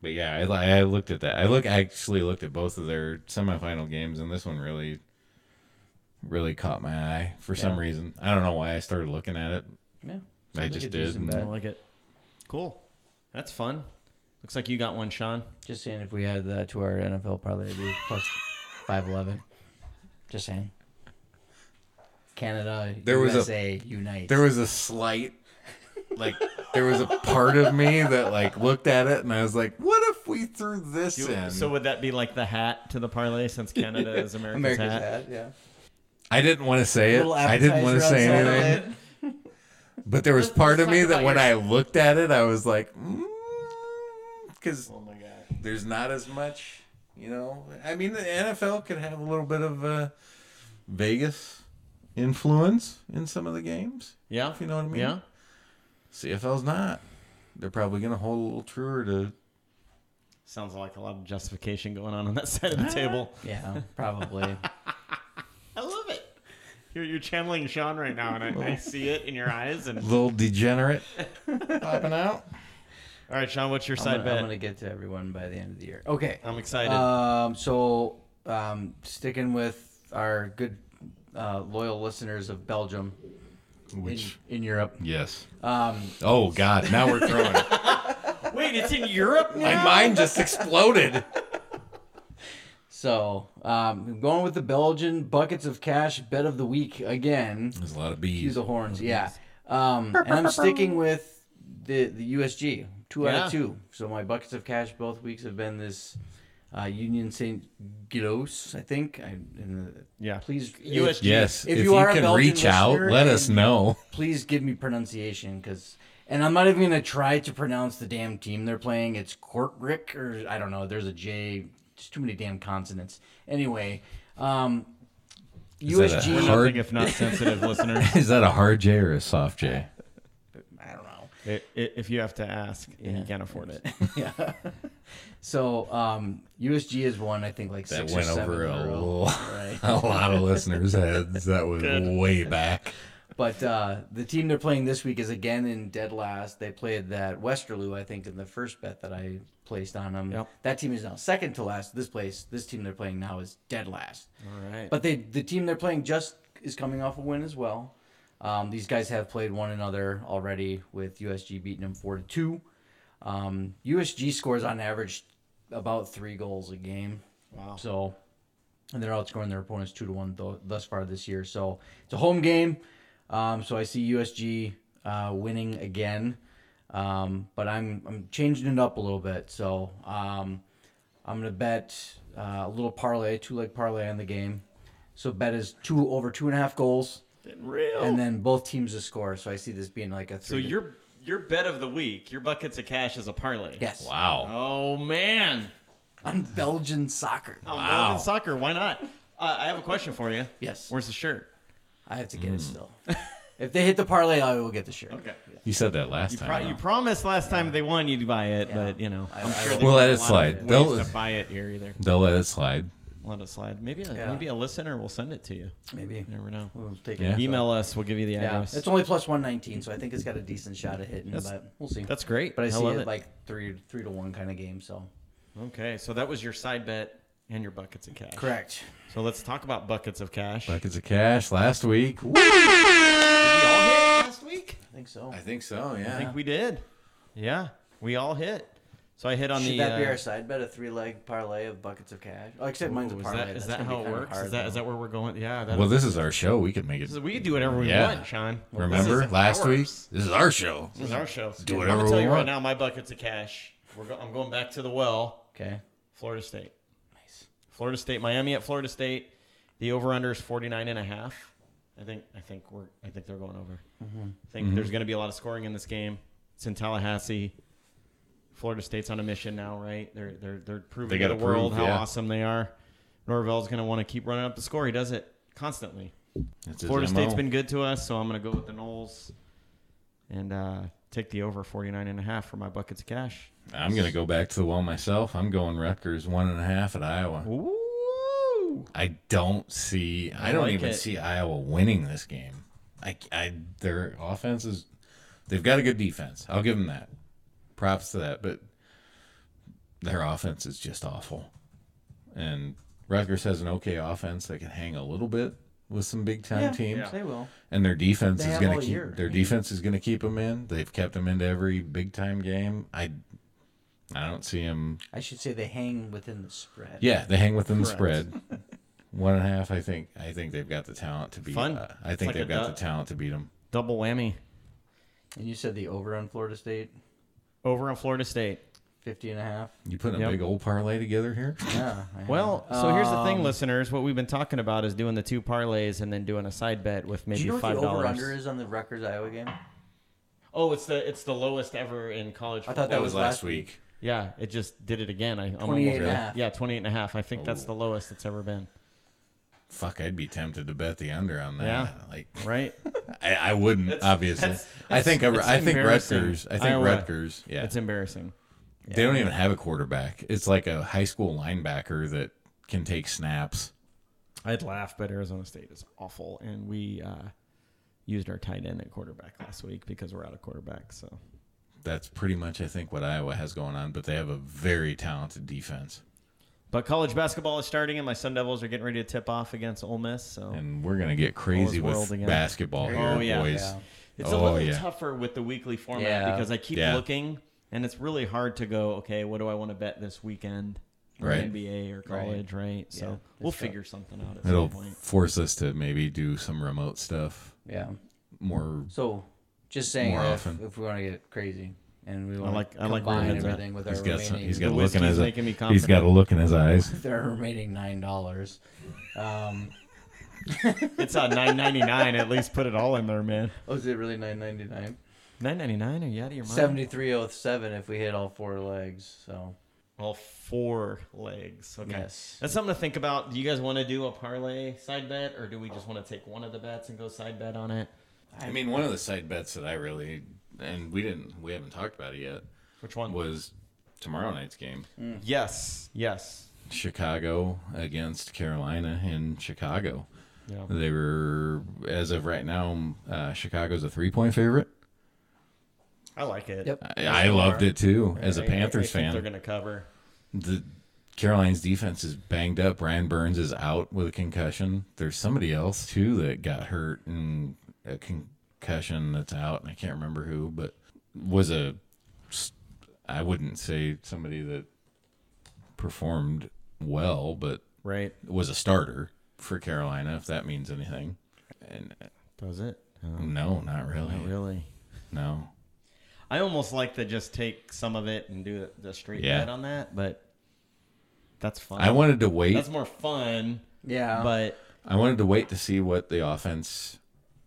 Speaker 3: But yeah, I, li- I looked at that. I look actually looked at both of their semifinal games, and this one really, really caught my eye for some
Speaker 1: Yeah.
Speaker 3: reason. I don't know why I started looking at it.
Speaker 1: Yeah.
Speaker 3: I
Speaker 1: Look
Speaker 3: just
Speaker 1: at these
Speaker 3: did.
Speaker 1: and
Speaker 3: and-
Speaker 1: that.
Speaker 2: I like it. Cool. That's fun. Looks like you got one, Sean.
Speaker 1: Just saying, if we added that to our NFL, probably it'd be plus five eleven. Just saying. Canada,
Speaker 3: There was a-
Speaker 1: USA, unite.
Speaker 3: there was a slight like there was a part of me that like looked at it and I was like, what if we threw this in?
Speaker 2: so would that be like the hat to the parlay since Canada is America's,
Speaker 1: America's
Speaker 2: hat?
Speaker 1: hat, yeah.
Speaker 3: I didn't want to say it.
Speaker 1: Little
Speaker 3: I didn't want to
Speaker 1: appetizer
Speaker 3: say
Speaker 1: on
Speaker 3: anything.
Speaker 1: Saturday.
Speaker 3: But there was part of
Speaker 2: let's
Speaker 3: me
Speaker 2: talk
Speaker 3: that
Speaker 2: about
Speaker 3: when
Speaker 2: your-
Speaker 3: I looked at it, I was like, because
Speaker 2: Oh my god.
Speaker 3: there's not as much, you know. I mean, the NFL can have a little bit of uh, Vegas influence in some of the games.
Speaker 2: Yeah.
Speaker 3: If you know what I mean.
Speaker 2: Yeah.
Speaker 3: CFL's not. They're probably going to hold a little truer to
Speaker 2: Sounds like a lot of justification going on on that side of the table.
Speaker 1: Yeah, probably.
Speaker 2: I love it. You're, you're channeling Sean right now, and I, I see it in your eyes. And
Speaker 3: little degenerate popping out.
Speaker 2: all right, Sean, what's your
Speaker 1: I'm
Speaker 2: side
Speaker 1: gonna,
Speaker 2: bet?
Speaker 1: I'm gonna get to everyone by the end of the year. Okay.
Speaker 2: I'm excited.
Speaker 1: Um, so um, sticking with our good uh, loyal listeners of Belgium
Speaker 3: Which
Speaker 1: in, in Europe.
Speaker 3: yes.
Speaker 1: Um,
Speaker 3: Oh God! Now we're throwing. it.
Speaker 2: Wait, it's in Europe
Speaker 3: My
Speaker 2: now.
Speaker 3: mind just exploded.
Speaker 1: so um, I'm going with the Belgian buckets of cash bet of the week again.
Speaker 3: There's a lot of
Speaker 1: Use
Speaker 3: bees.
Speaker 1: the horns, yeah. Um, and I'm sticking with the the USG two out
Speaker 2: Yeah.
Speaker 1: of two. So my buckets of cash both weeks have been this uh, Union Saint Gilloise, I think. I, and, uh,
Speaker 2: Yeah.
Speaker 1: Please,
Speaker 2: USG.
Speaker 3: Yes.
Speaker 1: If you are a
Speaker 3: can
Speaker 1: Belgian
Speaker 3: reach out,
Speaker 1: listener
Speaker 3: let us
Speaker 1: and-
Speaker 3: know.
Speaker 1: please give me pronunciation because and i'm not even gonna try to pronounce the damn team they're playing it's cortrick or i don't know there's a j It's too many damn consonants anyway um
Speaker 3: that a hard-
Speaker 1: usg
Speaker 2: Nothing if not sensitive listeners.
Speaker 3: Is that a hard J or a soft J?
Speaker 1: i don't know
Speaker 2: I- i- if you have to ask and you can't afford it,
Speaker 1: yeah so um usg is one i think like
Speaker 3: That
Speaker 1: six
Speaker 3: went
Speaker 1: or seven
Speaker 3: over
Speaker 1: in
Speaker 3: a,
Speaker 1: a row.
Speaker 3: lot-
Speaker 1: Right.
Speaker 3: a lot of listeners' heads. That was way back.
Speaker 1: But uh, the team they're playing this week is again in dead last. They played that Westerloo, I think, in the first bet that I placed on them.
Speaker 2: Yep.
Speaker 1: That team is now second to last. This place, this team they're playing now is dead last.
Speaker 2: all right.
Speaker 1: But they, the team they're playing just is coming off a win as well. Um, these guys have played one another already, with USG beating them four to two. Um, USG scores on average about three goals a game.
Speaker 2: Wow.
Speaker 1: So, and they're outscoring their opponents two to one th- thus far this year. So it's a home game. Um, so I see USG uh, winning again, um, but I'm I'm changing it up a little bit. So um, I'm gonna bet uh, a little parlay, two leg parlay on the game. So bet is two over two and a half goals,
Speaker 2: Getting real.
Speaker 3: Oh.
Speaker 1: and then both teams to score. So I see this being like a
Speaker 2: so
Speaker 1: three. to-
Speaker 2: your your bet of the week, your buckets of cash is a parlay.
Speaker 1: yes
Speaker 3: Wow.
Speaker 2: Oh man.
Speaker 1: on Belgian soccer.
Speaker 2: I'm
Speaker 3: Wow.
Speaker 2: loving soccer. Why not? Uh, I have a question for you.
Speaker 1: Yes.
Speaker 2: Where's the shirt?
Speaker 1: I have to get
Speaker 3: Hmm.
Speaker 1: it still. if they hit the parlay, I will get the shirt.
Speaker 2: Okay.
Speaker 3: You said that last
Speaker 2: You,
Speaker 3: time.
Speaker 2: pro- you promised last time they won you'd buy it, but you know, I'm
Speaker 1: I-
Speaker 2: sure
Speaker 1: I-
Speaker 2: they
Speaker 3: We'll let
Speaker 2: a
Speaker 3: it
Speaker 2: lot of
Speaker 3: slide.
Speaker 2: ways
Speaker 3: They'll-
Speaker 2: to buy it here either.
Speaker 3: They'll let it slide.
Speaker 2: Let it slide. Maybe a,
Speaker 1: Yeah.
Speaker 2: maybe a listener will send it to you.
Speaker 1: Maybe
Speaker 2: You never know.
Speaker 1: we'll take
Speaker 3: Yeah.
Speaker 1: it.
Speaker 2: Email us. We'll give you the
Speaker 1: Yeah,
Speaker 2: address.
Speaker 1: it's only plus one nineteen, so I think it's got a decent shot at hitting,
Speaker 2: That's-
Speaker 1: but we'll see.
Speaker 2: That's great.
Speaker 1: But I, see
Speaker 2: love
Speaker 1: it, like three three to one kind of game. So
Speaker 2: okay, so that was your side bet and your buckets of cash.
Speaker 1: correct.
Speaker 2: So let's talk about buckets of cash.
Speaker 3: Buckets of cash last week.
Speaker 2: Did we all hit last week?
Speaker 1: I think so.
Speaker 3: I think so. Yeah.
Speaker 2: I think we did. Yeah, we all hit. So I hit on
Speaker 1: Should
Speaker 2: the.
Speaker 1: that be
Speaker 2: uh,
Speaker 1: our side bet? A three leg parlay of buckets of cash. Oh, except mine's a
Speaker 2: ooh, is
Speaker 1: parlay.
Speaker 2: that, is
Speaker 1: That's
Speaker 2: that
Speaker 1: gonna be
Speaker 2: how it
Speaker 1: kinda
Speaker 2: works?
Speaker 1: hard,
Speaker 2: is that is
Speaker 1: though.
Speaker 2: that where we're going? Yeah. That,
Speaker 3: well, this is our show. We could make it.
Speaker 2: we can do whatever we
Speaker 3: Yeah.
Speaker 2: want, Sean.
Speaker 3: Remember
Speaker 2: This is
Speaker 3: last week?
Speaker 2: ours.
Speaker 3: This is our show.
Speaker 2: This is our show.
Speaker 3: Do
Speaker 2: I'm
Speaker 3: whatever
Speaker 2: gonna tell
Speaker 3: we
Speaker 2: you right
Speaker 3: want.
Speaker 2: now. My buckets of cash. We're go- I'm going back to the well.
Speaker 1: okay?
Speaker 2: Florida State.
Speaker 1: Nice.
Speaker 2: Florida State, Miami at Florida State. The over under is 49 and a half. I think I think we're I think they're going over. I think there's going to be a lot of scoring in this game. It's in Tallahassee. Florida State's on a mission now, right? They're they're they're proving
Speaker 3: They
Speaker 2: to the
Speaker 3: gotta
Speaker 2: world
Speaker 3: prove,
Speaker 2: how
Speaker 3: yeah.
Speaker 2: awesome they are. Norvell's going to want to keep running up the score. He does it constantly.
Speaker 3: It's his
Speaker 2: Florida
Speaker 3: MO.
Speaker 2: State's been good to us, so I'm going to go with the Knowles and uh, take the over 49 and a half for my buckets of cash.
Speaker 3: I'm gonna go back to the well myself. I'm going Rutgers one and a half at Iowa.
Speaker 2: Ooh.
Speaker 3: I don't see. I, don't
Speaker 2: like
Speaker 3: even
Speaker 2: it.
Speaker 3: see Iowa winning this game. I, I, their offense is. They've got a good defense. I'll give them that. Props to that, but their offense is just awful. And Rutgers has an okay offense. They can hang a little bit with some big time teams,
Speaker 1: They will.
Speaker 3: and their defense
Speaker 1: They
Speaker 3: is
Speaker 1: have
Speaker 3: going
Speaker 1: all
Speaker 3: to keep
Speaker 1: year.
Speaker 3: their defense is going to keep them in. They've kept them into every big time game. I, I don't see them
Speaker 1: I should say they hang within the spread.
Speaker 3: yeah, they hang within the
Speaker 2: Correct.
Speaker 3: spread. One and a half, I think. I think they've got the talent to beat.
Speaker 2: Fun.
Speaker 3: uh, I
Speaker 2: It's
Speaker 3: think
Speaker 2: like a
Speaker 3: they've got
Speaker 2: duck.
Speaker 3: the talent to beat them.
Speaker 2: Double whammy.
Speaker 1: And you said the over on Florida State,
Speaker 2: Over on Florida State.
Speaker 1: 50 and a half.
Speaker 3: You putting
Speaker 2: Yep.
Speaker 3: a big old parlay together here?
Speaker 1: Yeah. I
Speaker 2: Well,
Speaker 1: have it.
Speaker 2: so here's the thing,
Speaker 1: Um,
Speaker 2: listeners. What we've been talking about is doing the two parlays and then doing a side bet with maybe
Speaker 1: Do you know what
Speaker 2: five
Speaker 1: the over under
Speaker 2: dollars.
Speaker 1: is on the Rutgers Iowa game?
Speaker 2: Oh, it's the it's the lowest ever in college.
Speaker 1: I thought that
Speaker 2: football.
Speaker 1: was last week.
Speaker 2: yeah, it just did it again. I I'm
Speaker 1: 28
Speaker 2: almost-
Speaker 1: and a half. Oh.
Speaker 2: Yeah, 28 and a half. I think that's the lowest it's ever been.
Speaker 3: Fuck, I'd be tempted to bet the under on that.
Speaker 2: Yeah.
Speaker 3: Like,
Speaker 2: Right?
Speaker 3: I, I wouldn't obviously. I think I,
Speaker 2: it's
Speaker 3: I think
Speaker 2: embarrassing.
Speaker 3: Rutgers. I think
Speaker 2: Iowa.
Speaker 3: Rutgers. Yeah,
Speaker 2: It's embarrassing.
Speaker 3: they don't even have a quarterback. It's like a high school linebacker that can take snaps.
Speaker 2: I'd laugh, but Arizona State is awful, and we uh, used our tight end at quarterback last week because we're out of quarterback. So
Speaker 3: That's pretty much I think what Iowa has going on. But they have a very talented defense,
Speaker 2: But college basketball is starting, and my Sun Devils are getting ready to tip off against Ole Miss. So
Speaker 3: and we're gonna get crazy
Speaker 2: Oh. world
Speaker 3: with
Speaker 2: again.
Speaker 3: basketball here,
Speaker 2: Oh, yeah.
Speaker 3: boys.
Speaker 1: Yeah.
Speaker 2: it's a
Speaker 3: Oh,
Speaker 2: little
Speaker 3: yeah.
Speaker 2: tougher with the weekly format
Speaker 1: Yeah.
Speaker 2: because I keep
Speaker 3: Yeah.
Speaker 2: looking, and it's really hard to go. Okay, what do I want to bet this weekend? Or
Speaker 3: Right.
Speaker 2: NBA or college, right? So
Speaker 1: Yeah,
Speaker 2: we'll
Speaker 1: that's
Speaker 2: figure something out at
Speaker 3: It'll
Speaker 2: some point.
Speaker 3: force us to maybe do some remote stuff
Speaker 1: Yeah.
Speaker 3: more.
Speaker 1: So, just saying,
Speaker 3: More
Speaker 1: that if,
Speaker 3: often.
Speaker 1: if we want to get crazy and we
Speaker 2: I
Speaker 1: want
Speaker 2: like-
Speaker 1: to
Speaker 2: I like where your
Speaker 1: combine
Speaker 2: head's at.
Speaker 1: everything with our
Speaker 3: He's got
Speaker 1: remaining,
Speaker 3: some, he's got a
Speaker 2: The
Speaker 3: look in
Speaker 2: whiskey's
Speaker 3: his
Speaker 2: making me
Speaker 3: he's got a
Speaker 2: confident.
Speaker 3: look in his eyes.
Speaker 1: with our remaining nine dollars. Um,
Speaker 2: It's on nine ninety nine. At least put it all in there, man.
Speaker 1: oh, is it really nine ninety nine?
Speaker 2: Nine ninety nine? Are you out of your mind?
Speaker 1: Seventy three oh seven if we hit all four legs. So
Speaker 2: All four legs. Okay.
Speaker 1: Yes.
Speaker 2: That's something to think about. Do you guys want to do a parlay side bet, or do we just want to take one of the bets and go side bet on it?
Speaker 3: I mean, one of the side bets that I really and we didn't we haven't talked about it yet
Speaker 2: Which one?
Speaker 3: was tomorrow night's game,
Speaker 2: Yes. Yes.
Speaker 3: Chicago against Carolina in Chicago.
Speaker 2: Yeah.
Speaker 3: They were as of right now, uh, Chicago's a three point favorite.
Speaker 2: I like it.
Speaker 1: Yep.
Speaker 3: I, I loved it too as a
Speaker 2: I- I- I
Speaker 3: Panthers
Speaker 2: think They're
Speaker 3: fan.
Speaker 2: going to cover.
Speaker 3: the Carolina's defense is banged up. Brian Burns is out with a concussion. There's somebody else too that got hurt and a concussion that's out, and I can't remember who, but was a I wouldn't say somebody that performed well, but
Speaker 2: Right.
Speaker 3: was a starter for Carolina if that means anything. And
Speaker 2: Does it?
Speaker 3: No, not really.
Speaker 2: Not really.
Speaker 3: No.
Speaker 2: I almost like to just take some of it and do the- the straight
Speaker 3: Yeah.
Speaker 2: bet on that, but that's fun.
Speaker 3: I wanted to wait.
Speaker 2: that's more fun,
Speaker 1: Yeah.
Speaker 2: but
Speaker 3: I wanted to wait to see what the offense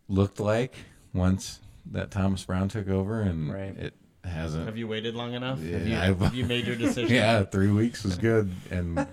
Speaker 3: looked like once that Thomas Brown took over, and
Speaker 1: Right.
Speaker 3: it hasn't.
Speaker 2: have you waited long enough? Have, you,
Speaker 3: Yeah, I've-
Speaker 2: have you made your decision?
Speaker 3: yeah, three weeks was good, and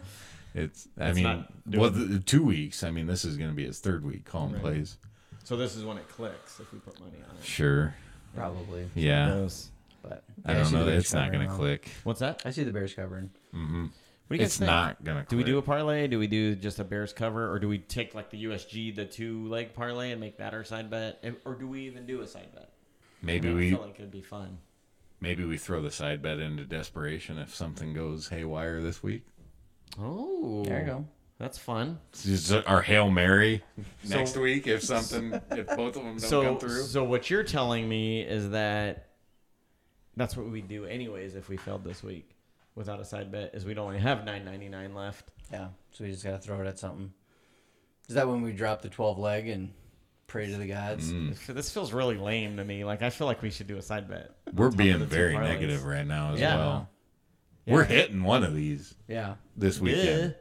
Speaker 3: it's. I
Speaker 2: It's
Speaker 3: mean,
Speaker 2: not doing-
Speaker 3: well, the, two weeks. I mean, this is going to be his third week calling plays.
Speaker 2: So this is when it clicks if we put money on it.
Speaker 3: Sure.
Speaker 1: probably.
Speaker 3: Yeah.
Speaker 2: Knows.
Speaker 1: But
Speaker 3: I don't
Speaker 1: see the
Speaker 3: know.
Speaker 1: Bears
Speaker 3: It's not
Speaker 1: covering,
Speaker 3: going to
Speaker 1: though.
Speaker 3: click.
Speaker 2: What's that?
Speaker 1: I see the Bears covering.
Speaker 2: What do you guys
Speaker 3: It's
Speaker 2: think?
Speaker 3: not going to.
Speaker 2: Do we do a parlay? Do we do just a Bears cover, or do we take like the USG, the two leg parlay, and make that our side bet, And- or do we even do a side bet? I
Speaker 3: Maybe
Speaker 2: mean, I
Speaker 3: we
Speaker 2: feel like it'd be fun.
Speaker 3: maybe we throw the side bet into desperation if something goes haywire this week.
Speaker 2: Oh,
Speaker 1: There you go.
Speaker 2: That's fun.
Speaker 3: It's just our hail mary next week if something if both of them don't
Speaker 2: so,
Speaker 3: come through.
Speaker 2: so what you're telling me is that that's what we do anyways if we failed this week without a side bet is we'd only have 999 left
Speaker 1: Yeah. So we just gotta throw it at something. Is that when we drop the twelve leg and pray to the gods?
Speaker 3: Mm,
Speaker 2: This- this feels really lame to me like i feel like we should do a side bet
Speaker 3: We're being
Speaker 2: the two
Speaker 3: very
Speaker 2: parlays.
Speaker 3: negative right now as
Speaker 2: Yeah.
Speaker 3: well. We're hitting one of these
Speaker 1: Yeah.
Speaker 3: this weekend.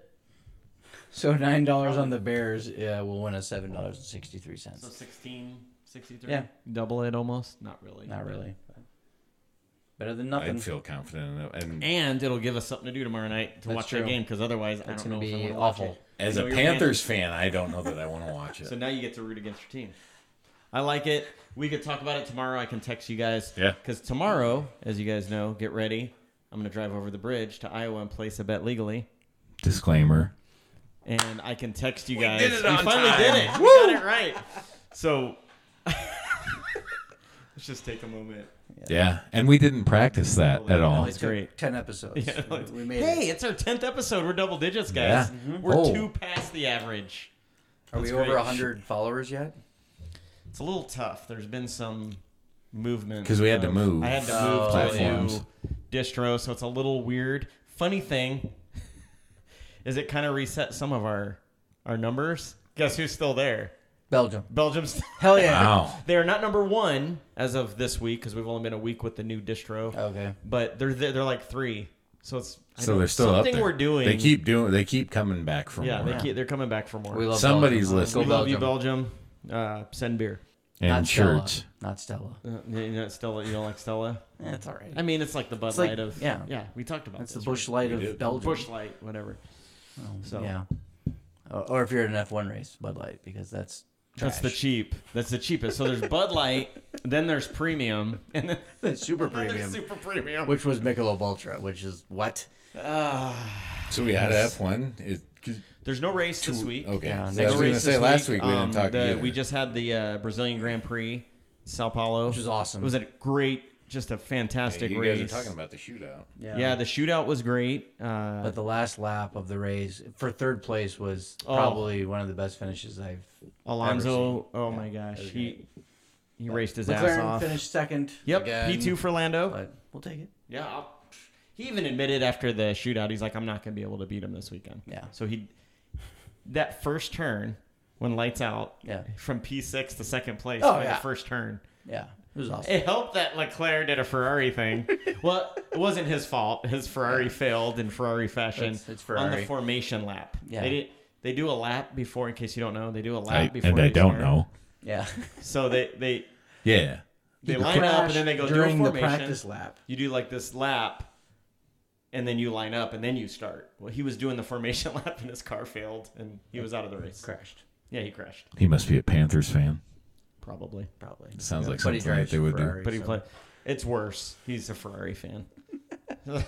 Speaker 1: So nine dollars on the Bears yeah, will win us seven dollars and sixty three
Speaker 2: so
Speaker 1: cents.
Speaker 2: 16 63
Speaker 1: Yeah.
Speaker 2: double it almost not really
Speaker 1: Not
Speaker 2: but-
Speaker 1: really. but Better than
Speaker 3: I'd
Speaker 1: nothing.
Speaker 3: feel confident, in it. and
Speaker 2: and it'll give us something to do tomorrow night to
Speaker 1: That's
Speaker 2: watch
Speaker 1: true.
Speaker 2: that game because otherwise
Speaker 1: That's
Speaker 2: i
Speaker 1: gonna
Speaker 2: don't know if I'm
Speaker 1: be
Speaker 2: gonna watch
Speaker 1: awful.
Speaker 2: it.
Speaker 3: as
Speaker 2: So
Speaker 3: a
Speaker 2: you're
Speaker 3: Panthers fan, I don't know that I want to watch it.
Speaker 2: So now you get to root against your team. I like it. We could talk about it tomorrow. I can text you guys.
Speaker 3: Yeah.
Speaker 2: Because tomorrow, as you guys know, get ready. I'm going to drive over the bridge to Iowa and place a bet legally.
Speaker 3: Disclaimer.
Speaker 2: And I can text you guys.
Speaker 3: did it on
Speaker 2: finally
Speaker 3: time.
Speaker 2: did it. We got it right. So let's just take a moment.
Speaker 3: Yeah. and we didn't practice that at all.
Speaker 2: It's great.
Speaker 1: Ten episodes. we made
Speaker 2: Hey,
Speaker 1: it.
Speaker 2: it's our 10th episode. We're double digits, guys.
Speaker 3: Yeah. Mhm.
Speaker 2: We're
Speaker 3: Oh.
Speaker 2: two past the average.
Speaker 1: Are we
Speaker 2: that's
Speaker 1: over
Speaker 2: great.
Speaker 1: over hundred followers yet?
Speaker 2: It's a little tough. There's been some movement
Speaker 3: 'Cause we had to
Speaker 2: of-
Speaker 3: move
Speaker 2: I had to
Speaker 1: Oh,
Speaker 2: move to a
Speaker 3: platforms.
Speaker 2: new distro, so it's a little weird. Funny thing is, it kind of reset some of our our numbers. Guess who's still there?
Speaker 1: Belgium.
Speaker 2: Belgium's.
Speaker 1: Hell yeah.
Speaker 3: Wow.
Speaker 2: they are not number one as of this week because we've only been a week with the new distro.
Speaker 1: Okay.
Speaker 2: But they're they're they're like three, so it's I
Speaker 3: So
Speaker 2: don't-
Speaker 3: they're still up
Speaker 2: something
Speaker 3: there.
Speaker 2: we're doing.
Speaker 3: They keep doing. They keep coming back from.
Speaker 2: yeah,
Speaker 3: Yeah,
Speaker 2: they keep, they're coming back for more.
Speaker 1: We love
Speaker 3: Somebody's
Speaker 1: Belgium.
Speaker 3: listening.
Speaker 2: We love you, Belgium. Uh, send beer.
Speaker 3: and
Speaker 1: Stella.
Speaker 3: shirts.
Speaker 1: Not Stella.
Speaker 2: Uh, you know, Stella, you don't like Stella?
Speaker 1: Yeah, Eh, it's all right.
Speaker 2: I mean, it's like the Bud
Speaker 1: It's like-
Speaker 2: Light of
Speaker 1: yeah.
Speaker 2: yeah. We talked about
Speaker 1: That's the
Speaker 2: this,
Speaker 1: bush
Speaker 2: right?
Speaker 1: light
Speaker 3: We
Speaker 1: of
Speaker 3: did.
Speaker 1: Belgium.
Speaker 2: bush light, whatever.
Speaker 3: Oh,
Speaker 2: so
Speaker 1: Yeah. Uh, Or, or if you're at an F1 race, Bud Light, because that's
Speaker 2: that's the cheap. That's the cheapest. So there's Bud Light, then there's premium, and then
Speaker 1: the super
Speaker 2: there's
Speaker 1: premium,
Speaker 2: super premium.
Speaker 1: which was Michelob Ultra, which is what? Ah.
Speaker 3: So we had F one.
Speaker 2: There's no race this week.
Speaker 3: Okay.
Speaker 1: Yeah,
Speaker 3: So I
Speaker 1: no
Speaker 2: No
Speaker 3: was going
Speaker 2: race
Speaker 3: to
Speaker 2: this
Speaker 3: say last week we
Speaker 2: Um,
Speaker 3: didn't talk.
Speaker 2: the-
Speaker 3: either.
Speaker 2: We just had the uh, Brazilian Grand Prix, Sao Paulo, which
Speaker 1: was awesome.
Speaker 2: It was a great, just a fantastic
Speaker 3: You
Speaker 2: race.
Speaker 3: guys are talking about the shootout.
Speaker 2: yeah. the shootout was great. Uh,
Speaker 1: But the last lap of the race for third place was
Speaker 2: Oh.
Speaker 1: probably one of the best finishes I've.
Speaker 2: Alonso, oh my gosh,
Speaker 1: was
Speaker 2: he he raced his ass
Speaker 1: McLaren
Speaker 2: off.
Speaker 1: finished second.
Speaker 2: Yep,
Speaker 1: again,
Speaker 2: P2 for Lando.
Speaker 1: But we'll take it.
Speaker 2: Yeah. I'll- he even admitted after the shootout, he's like, I'm not going to be able to beat him this weekend.
Speaker 1: Yeah.
Speaker 2: So he, that first turn when lights out,
Speaker 1: Yeah.
Speaker 2: from P6 to second place,
Speaker 1: Oh,
Speaker 2: by
Speaker 1: yeah.
Speaker 2: the first turn.
Speaker 1: Yeah, it was awesome.
Speaker 2: It helped that Leclerc did a Ferrari thing. well, it wasn't his fault. His Ferrari failed in Ferrari fashion
Speaker 1: It's- it's
Speaker 2: on
Speaker 1: Ferrari.
Speaker 2: the formation lap.
Speaker 1: Yeah.
Speaker 2: They, did, they do a lap before, in case you don't know, they do a lap
Speaker 3: I,
Speaker 2: before.
Speaker 3: and I
Speaker 2: each
Speaker 3: don't
Speaker 2: turn.
Speaker 3: know.
Speaker 1: yeah,
Speaker 2: So they, they,
Speaker 3: Yeah.
Speaker 2: they line up and then they go do a
Speaker 1: during the
Speaker 2: formation
Speaker 1: practice lap.
Speaker 2: you do like this lap and then you line up and then you start. Well, he was doing the formation lap and his car failed and he was out of the race.
Speaker 1: Crashed
Speaker 2: Yeah, he crashed.
Speaker 3: He must be a Panthers fan.
Speaker 2: Probably.
Speaker 1: probably.
Speaker 3: Sounds like
Speaker 1: But he
Speaker 3: something that
Speaker 1: drives
Speaker 3: they would
Speaker 1: Ferrari,
Speaker 3: do.
Speaker 2: But he
Speaker 1: so-
Speaker 2: played. It's worse. He's a Ferrari fan.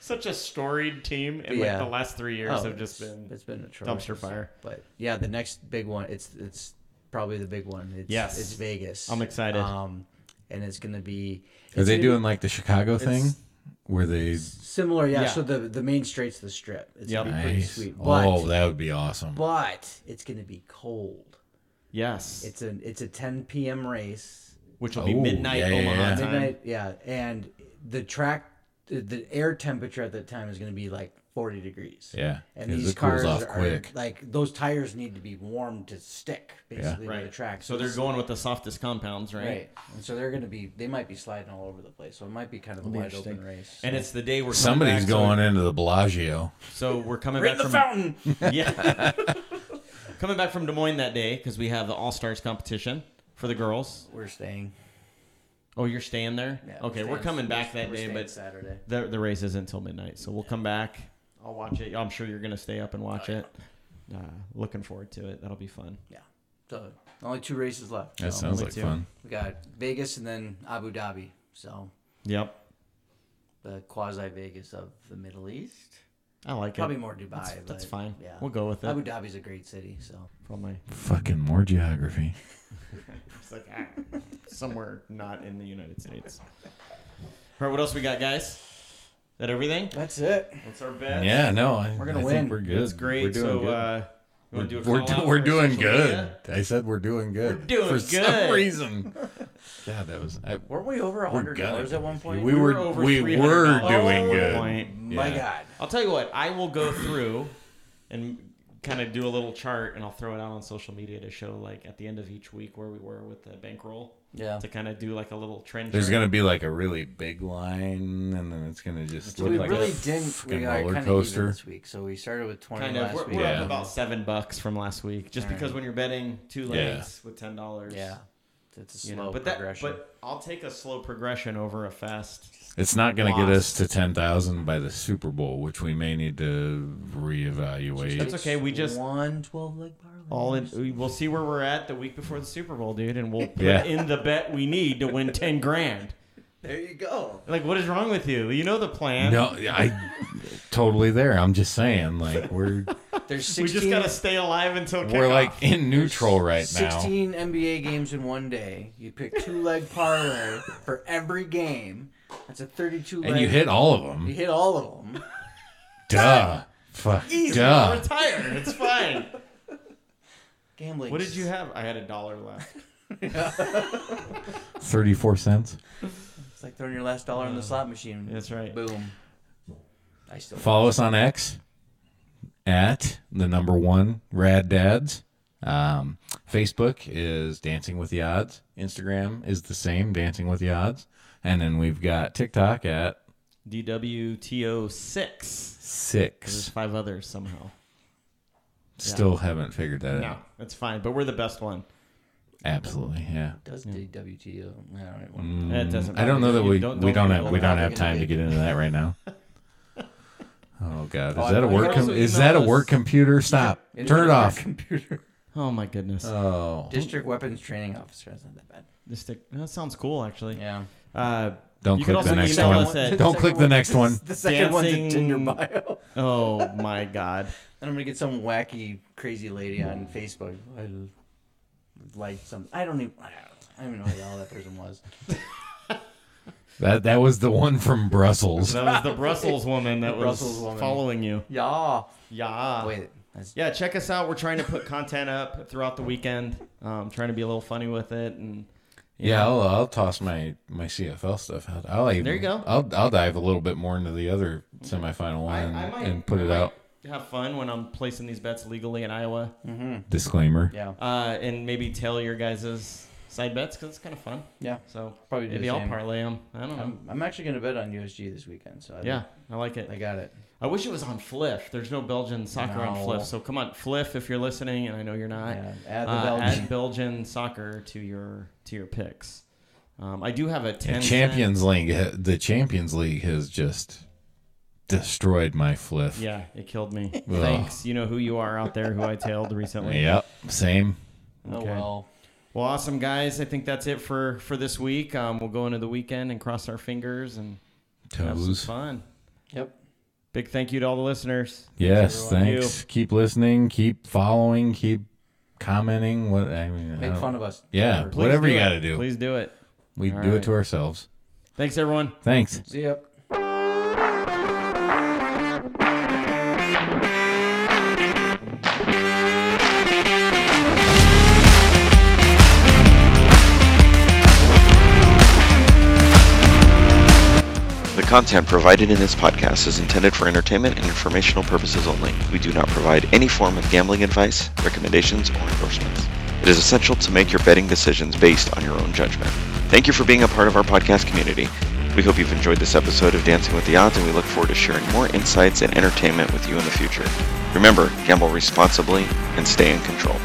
Speaker 2: Such a storied team, and
Speaker 1: Yeah.
Speaker 2: like the last three years
Speaker 1: Oh,
Speaker 2: have just
Speaker 1: it's-
Speaker 2: been.
Speaker 1: it's been atrocious.
Speaker 2: dumpster fire.
Speaker 1: But yeah, the next big one, it's it's probably the big one. It's,
Speaker 2: Yes.
Speaker 1: it's Vegas.
Speaker 2: I'm excited.
Speaker 1: Um, and it's gonna be.
Speaker 3: Are
Speaker 1: it's
Speaker 3: they
Speaker 1: gonna
Speaker 3: doing like the Chicago thing, where they?
Speaker 1: be similar? Yeah,
Speaker 2: Yeah.
Speaker 1: So the the main straight's the strip. It's gonna be pretty
Speaker 3: Nice.
Speaker 1: sweet. But
Speaker 3: Oh, that would be awesome.
Speaker 1: but it's gonna be cold.
Speaker 2: Yes,
Speaker 1: It's an it's a 10 p.m. race.
Speaker 2: which will be
Speaker 3: Oh,
Speaker 2: midnight
Speaker 3: yeah, yeah,
Speaker 2: Omaha
Speaker 3: yeah.
Speaker 2: time.
Speaker 1: Midnight. Yeah, and the track, the, the air temperature at that time is gonna be like 40 degrees.
Speaker 3: Yeah,
Speaker 1: And
Speaker 3: 'cause
Speaker 1: these
Speaker 3: it cools
Speaker 1: cars
Speaker 3: off
Speaker 1: are
Speaker 3: quick.
Speaker 1: like those tires need to be warmed to stick basically by
Speaker 2: Right.
Speaker 1: the track.
Speaker 2: So they're
Speaker 1: it's-
Speaker 2: going with the softest compounds, right?
Speaker 1: right, and so they're going to be they might be sliding all over the place. So it might be kind of a
Speaker 2: Be
Speaker 1: wide
Speaker 2: interesting.
Speaker 1: open race.
Speaker 2: And it's the day we're coming
Speaker 3: Somebody's
Speaker 2: back,
Speaker 3: going
Speaker 2: So,
Speaker 3: into the Bellagio.
Speaker 2: so we're coming
Speaker 1: Ring
Speaker 2: back
Speaker 1: the
Speaker 2: from
Speaker 1: fountain.
Speaker 2: yeah, coming back from Des Moines that day because we have the All Stars competition for the girls.
Speaker 1: We're staying.
Speaker 2: Oh, you're staying there.
Speaker 1: Yeah,
Speaker 2: okay, we're,
Speaker 1: staying-
Speaker 2: coming back
Speaker 1: we're-
Speaker 2: that
Speaker 1: we're
Speaker 2: day,
Speaker 1: staying
Speaker 2: but
Speaker 1: Saturday.
Speaker 2: the the race isn't until midnight, so we'll come back. I'll watch it. I'm sure you're gonna stay up and watch it. Uh, looking forward to it. That'll be fun.
Speaker 1: Yeah. So only two races left.
Speaker 3: That
Speaker 1: so
Speaker 3: sounds
Speaker 2: me
Speaker 3: like
Speaker 2: too.
Speaker 3: fun.
Speaker 1: We got Vegas and then Abu Dhabi. So
Speaker 2: Yep,
Speaker 1: the quasi Vegas of the Middle East.
Speaker 2: I like
Speaker 1: Probably
Speaker 2: it.
Speaker 1: more Dubai.
Speaker 2: That's,
Speaker 1: but,
Speaker 2: that's fine.
Speaker 1: Yeah.
Speaker 2: We'll go with it.
Speaker 1: Abu Dhabi's a great city, so
Speaker 2: Probably
Speaker 3: Fucking more geography.
Speaker 2: It's like ah, somewhere not in the United States. All right, what else we got, guys? Is that everything?
Speaker 1: that's it.
Speaker 2: That's our bet.
Speaker 3: Yeah, no, I,
Speaker 1: We're gonna
Speaker 3: I
Speaker 1: win.
Speaker 3: Think we're good.
Speaker 2: That's great.
Speaker 3: We're doing
Speaker 2: so,
Speaker 3: good.
Speaker 2: uh, you want to do a
Speaker 3: we're,
Speaker 2: call
Speaker 3: do-
Speaker 2: out
Speaker 3: we're
Speaker 2: for
Speaker 3: doing
Speaker 2: social
Speaker 3: good.
Speaker 2: media?
Speaker 3: I said we're doing good.
Speaker 2: We're doing
Speaker 3: for
Speaker 2: good.
Speaker 3: some reason. God, that was. I,
Speaker 1: Weren't we over
Speaker 3: we're
Speaker 1: hundred
Speaker 3: gonna-
Speaker 1: dollars at one point?
Speaker 3: We
Speaker 2: We
Speaker 3: were.
Speaker 2: were over
Speaker 3: We were
Speaker 2: $300
Speaker 3: doing
Speaker 2: at one
Speaker 3: good.
Speaker 2: point.
Speaker 1: My
Speaker 3: Yeah.
Speaker 1: God.
Speaker 2: I'll tell you what. I will go through and kind of do a little chart, and I'll throw it out on social media to show, like, at the end of each week where we were with the bankroll
Speaker 1: Yeah.
Speaker 2: to kind of do like a little trend.
Speaker 3: There's
Speaker 2: chart.
Speaker 3: gonna be like a really big line, and then it's gonna just
Speaker 1: So we
Speaker 3: look like
Speaker 1: really
Speaker 3: a
Speaker 1: didn't. We
Speaker 3: fucking
Speaker 1: got
Speaker 3: roller
Speaker 1: kind of even
Speaker 3: coaster.
Speaker 1: this week, so we started with twenty
Speaker 2: Kind of,
Speaker 1: last
Speaker 2: we're,
Speaker 1: week.
Speaker 2: we're
Speaker 3: Yeah.
Speaker 2: up about seven bucks from last week, just
Speaker 1: Alright.
Speaker 2: because when you're betting two legs with ten dollars,
Speaker 1: Yeah, it's a slow
Speaker 2: you know. But that,
Speaker 1: progression.
Speaker 2: but I'll take a slow progression over a fast.
Speaker 3: It's not gonna get us
Speaker 2: Lost.
Speaker 3: to ten thousand by the Super Bowl, which we may need to reevaluate.
Speaker 2: That's okay. We just
Speaker 1: one twelve leg parlay.
Speaker 2: all in. we- We'll see where we're at the week before the Super Bowl, dude, and we'll put
Speaker 3: Yeah.
Speaker 2: in the bet we need to win ten grand.
Speaker 1: There you go.
Speaker 2: Like, what is wrong with you? You know the plan.
Speaker 3: No, I totally there. I'm just saying, like we're
Speaker 1: There's sixteen.
Speaker 2: we just gotta stay alive until kickoff.
Speaker 3: we're like in neutral right now.
Speaker 1: 16 NBA games in one day. You pick two leg parlay for every game. That's a 32 leg.
Speaker 3: And you hit all of
Speaker 1: You
Speaker 3: them.
Speaker 1: hit all of them.
Speaker 3: Duh. Fuck.
Speaker 2: Easy,
Speaker 3: Duh.
Speaker 2: retire. It's fine.
Speaker 1: Gambling.
Speaker 2: what did you have? I had a dollar left.
Speaker 3: 34 cents.
Speaker 1: It's like throwing your last dollar in the slot machine.
Speaker 2: That's right.
Speaker 1: Boom. I still.
Speaker 3: Follow us on X at the number one Rad Dads. Um, Facebook is Dancing with the Odds. Instagram is the same, Dancing with the Odds. And then we've got TikTok at
Speaker 2: DWTO six. There's
Speaker 3: six.
Speaker 2: five others somehow.
Speaker 3: Still haven't figured that
Speaker 2: No,
Speaker 3: out.
Speaker 2: that's fine. But we're the best one.
Speaker 3: Absolutely, yeah. Mm.
Speaker 1: Does the WTO? All right. Well,
Speaker 2: It doesn't.
Speaker 3: I don't know
Speaker 2: matter.
Speaker 3: that
Speaker 2: You
Speaker 3: we we don't
Speaker 2: worry
Speaker 3: have
Speaker 2: about
Speaker 3: we
Speaker 2: it.
Speaker 3: don't
Speaker 1: that.
Speaker 3: have time to get into that right now. Oh God, is
Speaker 1: Oh,
Speaker 3: that a
Speaker 1: I-
Speaker 3: work? Com-
Speaker 2: also
Speaker 3: is
Speaker 2: email
Speaker 3: that a
Speaker 2: us-
Speaker 3: work computer? Stop.
Speaker 1: It's
Speaker 3: Turn it
Speaker 1: our
Speaker 3: off.
Speaker 1: Computer.
Speaker 2: Oh my goodness.
Speaker 3: Oh,
Speaker 1: District weapons training officer. That's not that bad.
Speaker 2: this stick, that sounds cool, actually.
Speaker 1: Yeah.
Speaker 2: Uh,
Speaker 3: don't
Speaker 2: you can
Speaker 3: click
Speaker 2: also
Speaker 3: the next
Speaker 2: email
Speaker 3: one.
Speaker 2: us at-
Speaker 3: Don't click the next one.
Speaker 1: The second one's a Tinder
Speaker 2: Dancing-
Speaker 1: bio.
Speaker 2: oh my god.
Speaker 1: And I'm gonna get some wacky, crazy lady
Speaker 3: Mm.
Speaker 1: on Facebook. I like some. I don't even. I don't even know who the hell that person was.
Speaker 3: That that was the one from Brussels.
Speaker 2: That was the Brussels woman that was
Speaker 1: Brussels woman.
Speaker 2: following you.
Speaker 1: Yeah.
Speaker 2: Yeah.
Speaker 1: Wait. That's,
Speaker 2: Yeah, check us out. We're trying to put content up throughout the weekend. Um, trying to be a little funny with it, and
Speaker 3: Yeah, I'll, I'll toss my my CFL stuff out. I'll even,
Speaker 2: There you go.
Speaker 3: I'll I'll dive a little bit more into the other semifinal one
Speaker 2: I,
Speaker 3: and,
Speaker 2: I might
Speaker 3: and put
Speaker 2: I
Speaker 3: it
Speaker 2: might
Speaker 3: out.
Speaker 2: Have fun when I'm placing these bets legally in Iowa,
Speaker 1: Mm.
Speaker 3: Disclaimer.
Speaker 1: yeah.
Speaker 2: uh, and maybe tell your guys' side bets because it's kind of fun.
Speaker 1: Yeah.
Speaker 2: So
Speaker 1: Probably do
Speaker 2: maybe
Speaker 1: the
Speaker 2: I'll
Speaker 1: same.
Speaker 2: parlay them. I don't know.
Speaker 1: I'm, I'm actually gonna bet on USG this weekend. So I,
Speaker 2: yeah, I like it.
Speaker 1: I got it.
Speaker 2: I wish it was on Fliff. There's no Belgian soccer on
Speaker 1: No.
Speaker 2: Fliff. So come on, Fliff, if you're listening, and I know you're not,
Speaker 1: Yeah, add the
Speaker 2: uh,
Speaker 1: Belgian.
Speaker 2: add Belgian soccer to your to your picks. Um, I do have a ten
Speaker 3: And
Speaker 2: cent-
Speaker 3: Champions League, ha- the Champions League has just destroyed my fliff.
Speaker 2: Yeah, it killed me. Thanks. You know who you are out there, who I tailed recently.
Speaker 3: Yep, same.
Speaker 1: Oh
Speaker 2: Okay.
Speaker 1: well.
Speaker 2: Well, awesome guys. I think that's it for for this week. Um, we'll go into the weekend and cross our fingers and have some
Speaker 3: Toes.
Speaker 2: fun.
Speaker 1: Yep.
Speaker 2: Big thank you to all the listeners.
Speaker 3: Yes,
Speaker 2: everyone.
Speaker 3: thanks. Keep listening. Keep following. Keep commenting. What I mean, I
Speaker 1: Make
Speaker 3: don't-
Speaker 1: fun of us.
Speaker 3: Yeah,
Speaker 1: Whatever.
Speaker 2: Please
Speaker 3: whatever you
Speaker 2: it.
Speaker 3: got to do,
Speaker 2: Please do it.
Speaker 3: we do
Speaker 2: All
Speaker 3: it
Speaker 2: right.
Speaker 3: to ourselves.
Speaker 2: Thanks everyone.
Speaker 3: Thanks.
Speaker 1: See ya.
Speaker 4: The
Speaker 5: content provided in this podcast is intended for entertainment and informational purposes only. We do not provide any form of gambling advice, recommendations, or endorsements. It is essential to make your betting decisions based on your own judgment. Thank you for being a part of our podcast community. We hope you've enjoyed this episode of Dancing with the Odds, and we look forward to sharing more insights and entertainment with you in the future. Remember, gamble responsibly and stay in control.